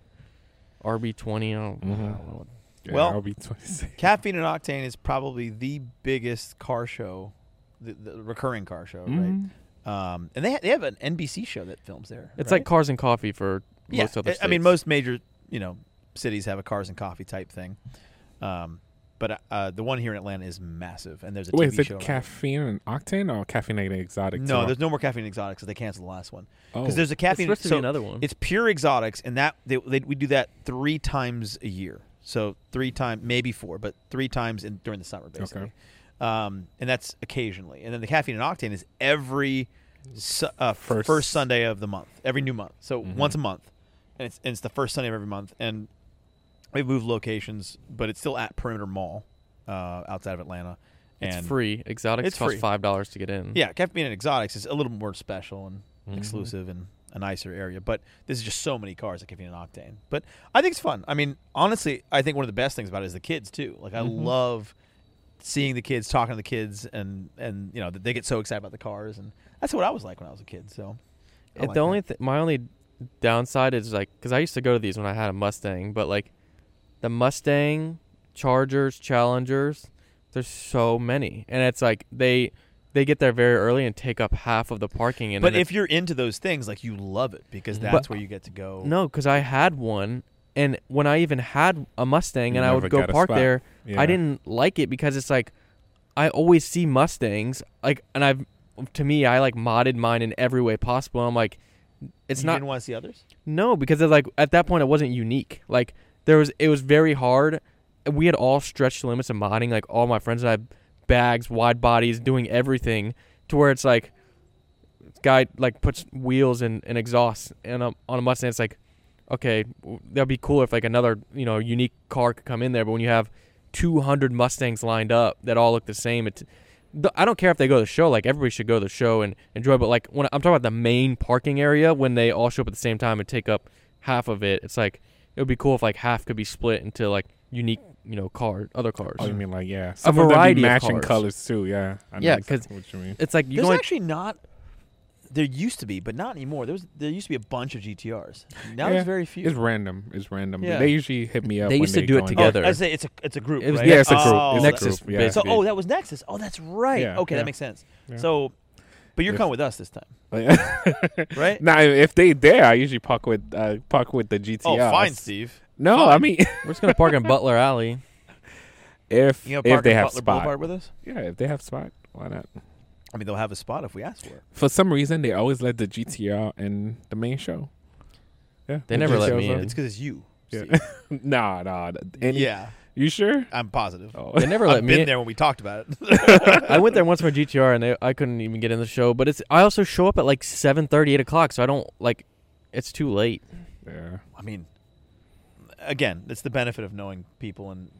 S1: RB20. I don't, I
S2: Mhm.
S1: don't know what-
S2: Yeah,
S3: Well-
S2: I'll be 26.
S3: Caffeine and Octane is probably the biggest car show, the, the recurring car show,
S2: Mhm.
S3: right? Um, and they ha- they have an NBC show that films there.
S1: Mm-hmm. It's
S3: right?
S1: like cars and coffee for
S3: yeah.
S1: most other.
S3: I- I mean,
S1: states.
S3: most major you know cities have a cars and coffee type thing, um, but uh, the one here in Atlanta is massive, and there's a
S2: Wait,
S3: TV
S2: is it
S3: show. around it.
S2: caffeine and octane or caffeinated exotic?
S3: no,
S2: too?
S3: there's no more caffeine exotics because they canceled the last one.
S2: oh.
S3: Because there's a
S1: It's
S3: caffeine.
S1: supposed to
S3: so
S1: be another one.
S3: It's pure exotics, and that they, they, we do that three times a year. So three times, maybe four, but three times in during the summer, basically. Um, and that's occasionally. And then the caffeine and octane is every su- uh, first.
S2: First-
S3: first Sunday of the month, every new month. So
S2: Mhm.
S3: once a month, and it's, and it's the first Sunday of every month. And we've moved locations, but it's still at Perimeter Mall uh, outside of Atlanta.
S1: It's
S3: and
S1: free. Exotics
S3: It's
S1: cost
S3: free.
S1: five dollars to get in. Mm-hmm.
S3: yeah, caffeine and exotics is a little more special and
S2: Mhm.
S3: exclusive and a nicer area. But this is just so many cars at caffeine and octane. But I think it's fun. I mean, honestly, I think one of the best things about it is the kids too. Like I
S1: Mhm.
S3: love seeing the kids talking to the kids and and you know that they get so excited about the cars and that's what I was like when I was a kid. So
S1: It-
S3: I like
S1: the
S3: that.
S1: only th- my only downside is like because I used to go to these when I had a Mustang, but like the Mustang, Chargers, Challengers, there's so many, and it's like they they get there very early and take up half of the parking. And
S3: but
S1: then Mm-hmm.
S3: if you're into those things, like you love it because
S2: Mhm.
S1: But-
S3: that's where you get to go.
S1: it- no, because I had one, and when I even had a Mustang
S2: You
S1: and I
S2: never
S1: would go
S2: got a
S1: park
S2: spot.
S1: there,
S2: Yeah.
S1: I didn't like it because it's like I always see Mustangs like, and I've to me I like modded mine in every way possible. I'm like, it's
S3: you
S1: not
S3: didn't want to see others.
S1: No, because it's like at that point it wasn't unique. Like there was it was very hard. We had all stretched limits of modding, like all my friends and I had bags, wide bodies, doing everything to where it's like this guy like puts wheels and, and exhaust and um, on a Mustang it's like okay, w- that'd be cool if like another, you know, unique car could come in there, but when you have 200 Mustangs lined up that all look the same, it the- I don't care if they go to the show. Like everybody should go to the show and enjoy. But like when I'm talking about the main parking area, when they all show up at the same time and take up half of it, it's like it would be cool if like half could be split into like unique, you know, car other cars.
S2: Oh, you mean like yeah? Some of them
S1: variety
S2: be
S1: of
S2: matching
S1: cars.
S2: colors too. Yeah. I know
S1: Yeah,
S2: exactly what you mean.
S1: It's like you
S3: There's
S1: going
S3: actually not. There used to be, but not anymore. There was there used to be a bunch of GTRs. Now
S2: Yeah.
S3: there's very few.
S2: It's random. It's random.
S3: Yeah.
S2: They usually hit me up.
S1: They
S2: when
S1: used to
S2: they
S1: do it
S2: go in.
S3: Oh,
S1: together.
S3: I say it's a it's a group.
S1: It was-
S3: right?
S2: Yeah, it's a group.
S3: Oh,
S2: It's a
S3: that's-
S1: Nexus.
S2: group, yeah.
S1: basically.
S3: So oh, that was Nexus. Oh, that's right.
S2: Yeah,
S3: okay,
S2: yeah.
S3: that makes sense.
S2: Yeah.
S3: So, but you're
S2: If-
S3: coming with us this time, right?
S2: now, if they there, I usually park with uh, park with the GTR.
S3: oh, fine, Steve.
S2: No, I
S3: Fine.
S2: mean
S1: we're just gonna park in Butler Alley.
S2: if
S3: You know,
S2: if
S3: park
S2: they
S3: at
S2: have
S3: Butler
S2: spot,
S3: Boulevard with us.
S2: yeah, if they have spot, why not?
S3: I mean, they'll have a spot if we ask for it.
S2: For some reason, they always let the GTR in the main show. Yeah,
S1: They
S2: the
S1: never let
S2: GTRs
S1: me
S2: are-
S1: in.
S3: It's because it's you.
S2: Yeah.
S3: Steve.
S2: Nah, nah. th- Any,
S3: yeah.
S2: You sure?
S3: I'm positive.
S2: Oh,
S1: They never let
S3: I've
S1: me.
S3: been
S1: in.
S3: there when we talked about it.
S1: I went there once for GTR and they, I couldn't even get in the show. But it's I also show up at like 7:30, 8 o'clock, so I don't like. It's too late.
S2: yeah.
S3: I mean, again, it's the benefit of knowing people and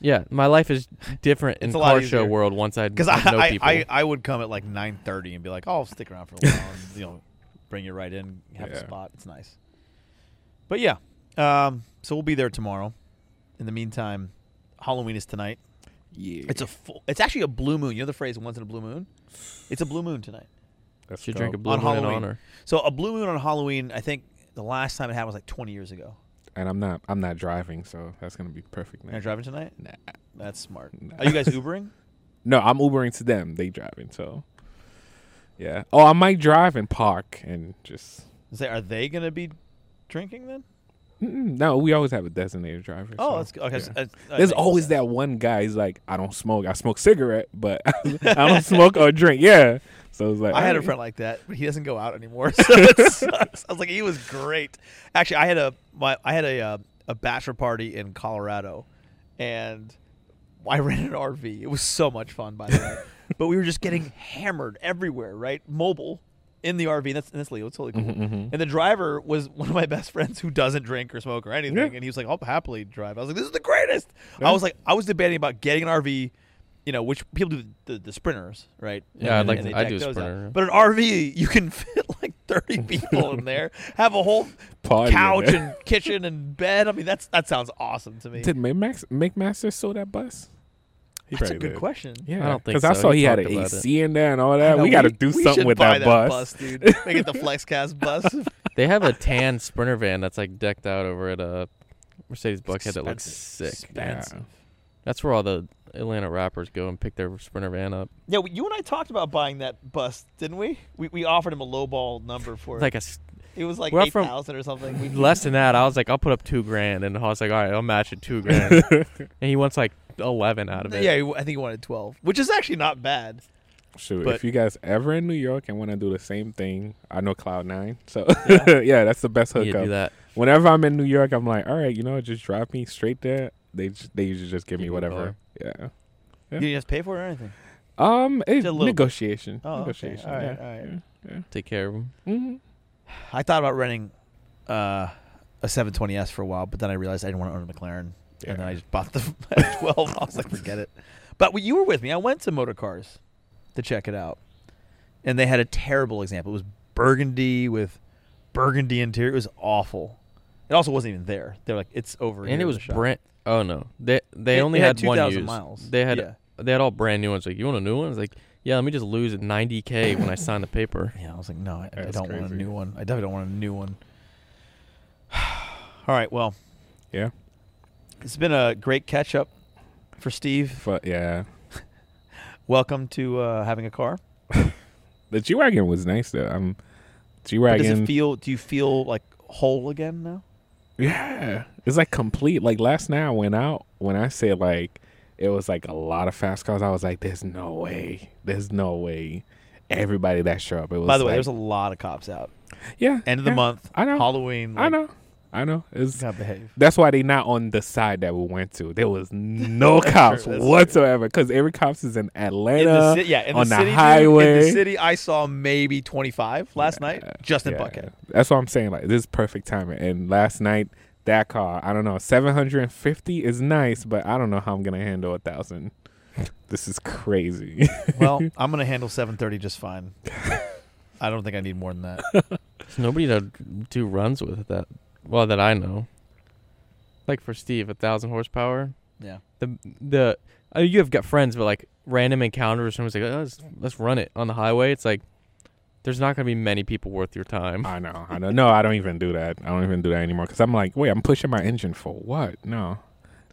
S1: Yeah, my life is different in
S3: It's a lot
S1: car show
S3: easier.
S1: world once I
S3: because
S1: know
S3: I, I,
S1: people.
S3: I I would come at like 9:30 and be like, oh, I'll stick around for a while, and, you know, bring you right in, have a
S2: Yeah.
S3: spot. It's nice. But yeah, um, so we'll be there tomorrow. In the meantime, Halloween is tonight.
S2: Yeah.
S3: It's a full. It's actually a blue moon. You know the phrase "once in a blue moon." It's a blue moon tonight.
S2: Let's
S1: should
S2: go.
S1: drink a blue
S3: on
S1: moon in
S3: Halloween.
S1: honor.
S3: So a blue moon on Halloween. I think the last time it happened was like 20 years ago.
S2: And I'm not. I'm not driving, so that's gonna be perfect.
S3: You're not
S2: Now.
S3: driving tonight.
S2: Nah.
S3: That's smart.
S2: Nah.
S3: Are you guys Ubering?
S2: No, I'm Ubering to them. They driving, so yeah. Oh, I might drive and park and just.
S3: Say, are they gonna be drinking then?
S2: Mm-mm, No, we always have a designated driver.
S3: Oh,
S2: so,
S3: that's okay.
S2: yeah.
S3: so- uh, uh,
S2: There's
S3: makes
S2: always
S3: sense.
S2: that one guy. He's like, I don't smoke. I smoke cigarette, but I don't smoke or drink. Yeah. So it's like
S3: I had a
S2: alright.
S3: friend like that, but he doesn't go out anymore. So it sucks. I was like, he was great. Actually, I had a my I had a uh, a bachelor party in Colorado, and I rented an RV. It was so much fun, by the way. but we were just getting hammered everywhere, right? Mobile in the RV. That's that's Leo. It's totally cool.
S2: Mm-hmm.
S3: And the driver was one of my best friends who doesn't drink or smoke or anything.
S2: Yeah.
S3: And he was like, I'll happily drive. I was like, this is the greatest. I was like, I was debating about getting an RV. You know, which people do the, the, the sprinters, right?
S1: Yeah, I'd like
S3: and
S1: to-
S3: they
S1: I'd
S3: deck
S1: do a
S3: those out.
S1: sprinter, yeah.
S3: But an RV, you can fit like 30 people in there. Have a whole
S2: Party in
S3: couch
S2: there.
S3: and kitchen and bed. I mean, that's that sounds awesome to me.
S2: Did Max make Master sell that bus? He
S3: That's a
S2: probably
S3: good
S2: did.
S3: question.
S2: Yeah,
S1: I don't think
S2: Cause I
S1: so.
S2: saw
S1: He
S2: he, had an
S1: talked about
S2: AC in there and all that.
S3: I know,
S2: we got to do something
S3: should
S2: with
S3: buy
S2: that, bus.
S3: dude. Make it the FlexCast bus.
S1: They have a tan sprinter van that's like decked out over at a Mercedes Buckhead that looks
S3: Expensive.
S1: sick.
S2: Yeah.
S3: Expensive.
S1: That's where all the Atlanta rappers go and pick their sprinter van up.
S3: Yeah, well, you and I talked about buying that bus, didn't we? We, we offered him a lowball number for it.
S1: Like a s-
S3: it was like
S1: we're
S3: eight
S1: from-
S3: thousand or something. We,
S1: less than that, I was like, I'll put up two grand, and I was like, all right, I'll match it two grand, and he wants like eleven out of it.
S3: yeah, I think he wanted twelve, which is actually not bad.
S2: Shoot,
S3: But-
S2: if you guys ever in New York and want to do the same thing, I know Cloud Nine. So yeah, that's the best
S1: you do
S2: hookup.
S1: that.
S2: Whenever I'm in New York, I'm like, all right, you know, just drive me straight there. They j- they usually just
S1: Give
S2: give me
S1: you a
S2: whatever. Yeah.
S3: You didn't have to pay for it or anything.
S2: Um, it's
S3: Just a little bit.
S2: negotiation.
S3: Oh, okay.
S2: negotiation.
S3: All right,
S2: yeah.
S3: all right.
S1: Take care of him.
S2: Mhm.
S3: I thought about renting uh, a 720s for a while, but then I realized I didn't want to own a McLaren, and then I
S2: Yeah.
S3: just bought the 12. I was like, forget it. But when you were with me. I went to Motor Cars to check it out, and they had a terrible example. It was burgundy with burgundy interior. It was awful. It also wasn't even there. They're like, it's over. here
S1: And
S3: in
S1: it was
S3: the shop.
S1: brand. Oh no, they they
S3: It-
S1: only
S3: it
S1: had, one
S3: 2,000
S1: used.
S3: miles.
S1: They had
S3: Yeah.
S1: they had all brand new ones. Like, you want a new one? It's like, yeah, let me just lose 90k when I sign the paper.
S3: Yeah, I was like, no, I, I
S2: That's
S3: don't want a
S2: crazy.
S3: new one. I definitely don't want a new one. All right, well,
S2: Yeah.
S3: it's been a great catch up for Steve.
S2: But yeah,
S3: Welcome to uh, having a car.
S2: the G wagon was nice though. Um, G
S3: But Does it
S2: wagon.
S3: feel? Do you feel like whole again now?
S2: Yeah, it's like complete. Like last night, I went out when I said like it was like a lot of fast cars. I was like, "There's no way. There's no way." Everybody that showed up. It was
S3: By the way,
S2: like-
S3: there's a lot of cops out.
S2: yeah
S3: End of the
S2: yeah.
S3: month,
S2: I know.
S3: Halloween.
S2: I know. I know. It's
S3: Got behave.
S2: that's why they not on the side that we went to. There was no cops
S3: true, that's true.
S2: whatsoever because every cops is in Atlanta.
S3: In the city, yeah, in
S2: uh, on
S3: the
S2: the
S3: city, dude, in
S2: highway.
S3: the city, I saw maybe 25 last night, just in
S2: Yeah.
S3: Buckhead.
S2: That's what I'm saying. Like this is perfect timing. And last night, that car, I don't know, 750 is nice, but I don't know how I'm gonna handle a thousand. This is crazy.
S3: Well, I'm gonna handle 7:30 just fine. I don't think I need more than that.
S1: There's nobody to do runs with that. Well, that I know. Like for Steve, a thousand horsepower.
S3: Yeah.
S1: The the uh, you have got friends, but like random encounters. Someone's like, oh, let's let's run it on the highway. It's like there's not gonna be many people worth your time.
S2: I know. I know. No, I don't even do that. I don't even do that anymore because I'm like, wait, I'm pushing my engine for what? No,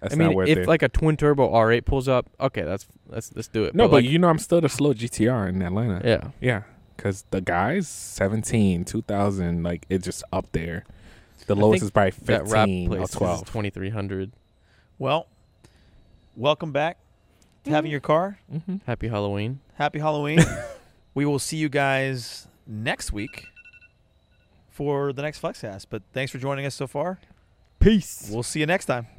S2: that's
S1: I mean,
S2: not worth
S1: if
S2: it.
S1: like a twin turbo R8 pulls up, okay, that's let's let's do it.
S2: no, but,
S1: like,
S2: you know, I'm still the slow GTR in Atlanta.
S1: yeah,
S2: Yeah, because the guys, 17, 2000, like it's just up there. The lowest
S1: think
S2: is probably
S1: that rap
S2: 15 or
S1: place
S2: 12.
S1: 2300.
S3: Well, welcome back to having your car.
S2: Mm-hmm.
S1: Happy Halloween.
S3: Happy Halloween. we will see you guys next week for the next Flexcast. But thanks for joining us so far.
S1: Peace.
S3: We'll see you next time.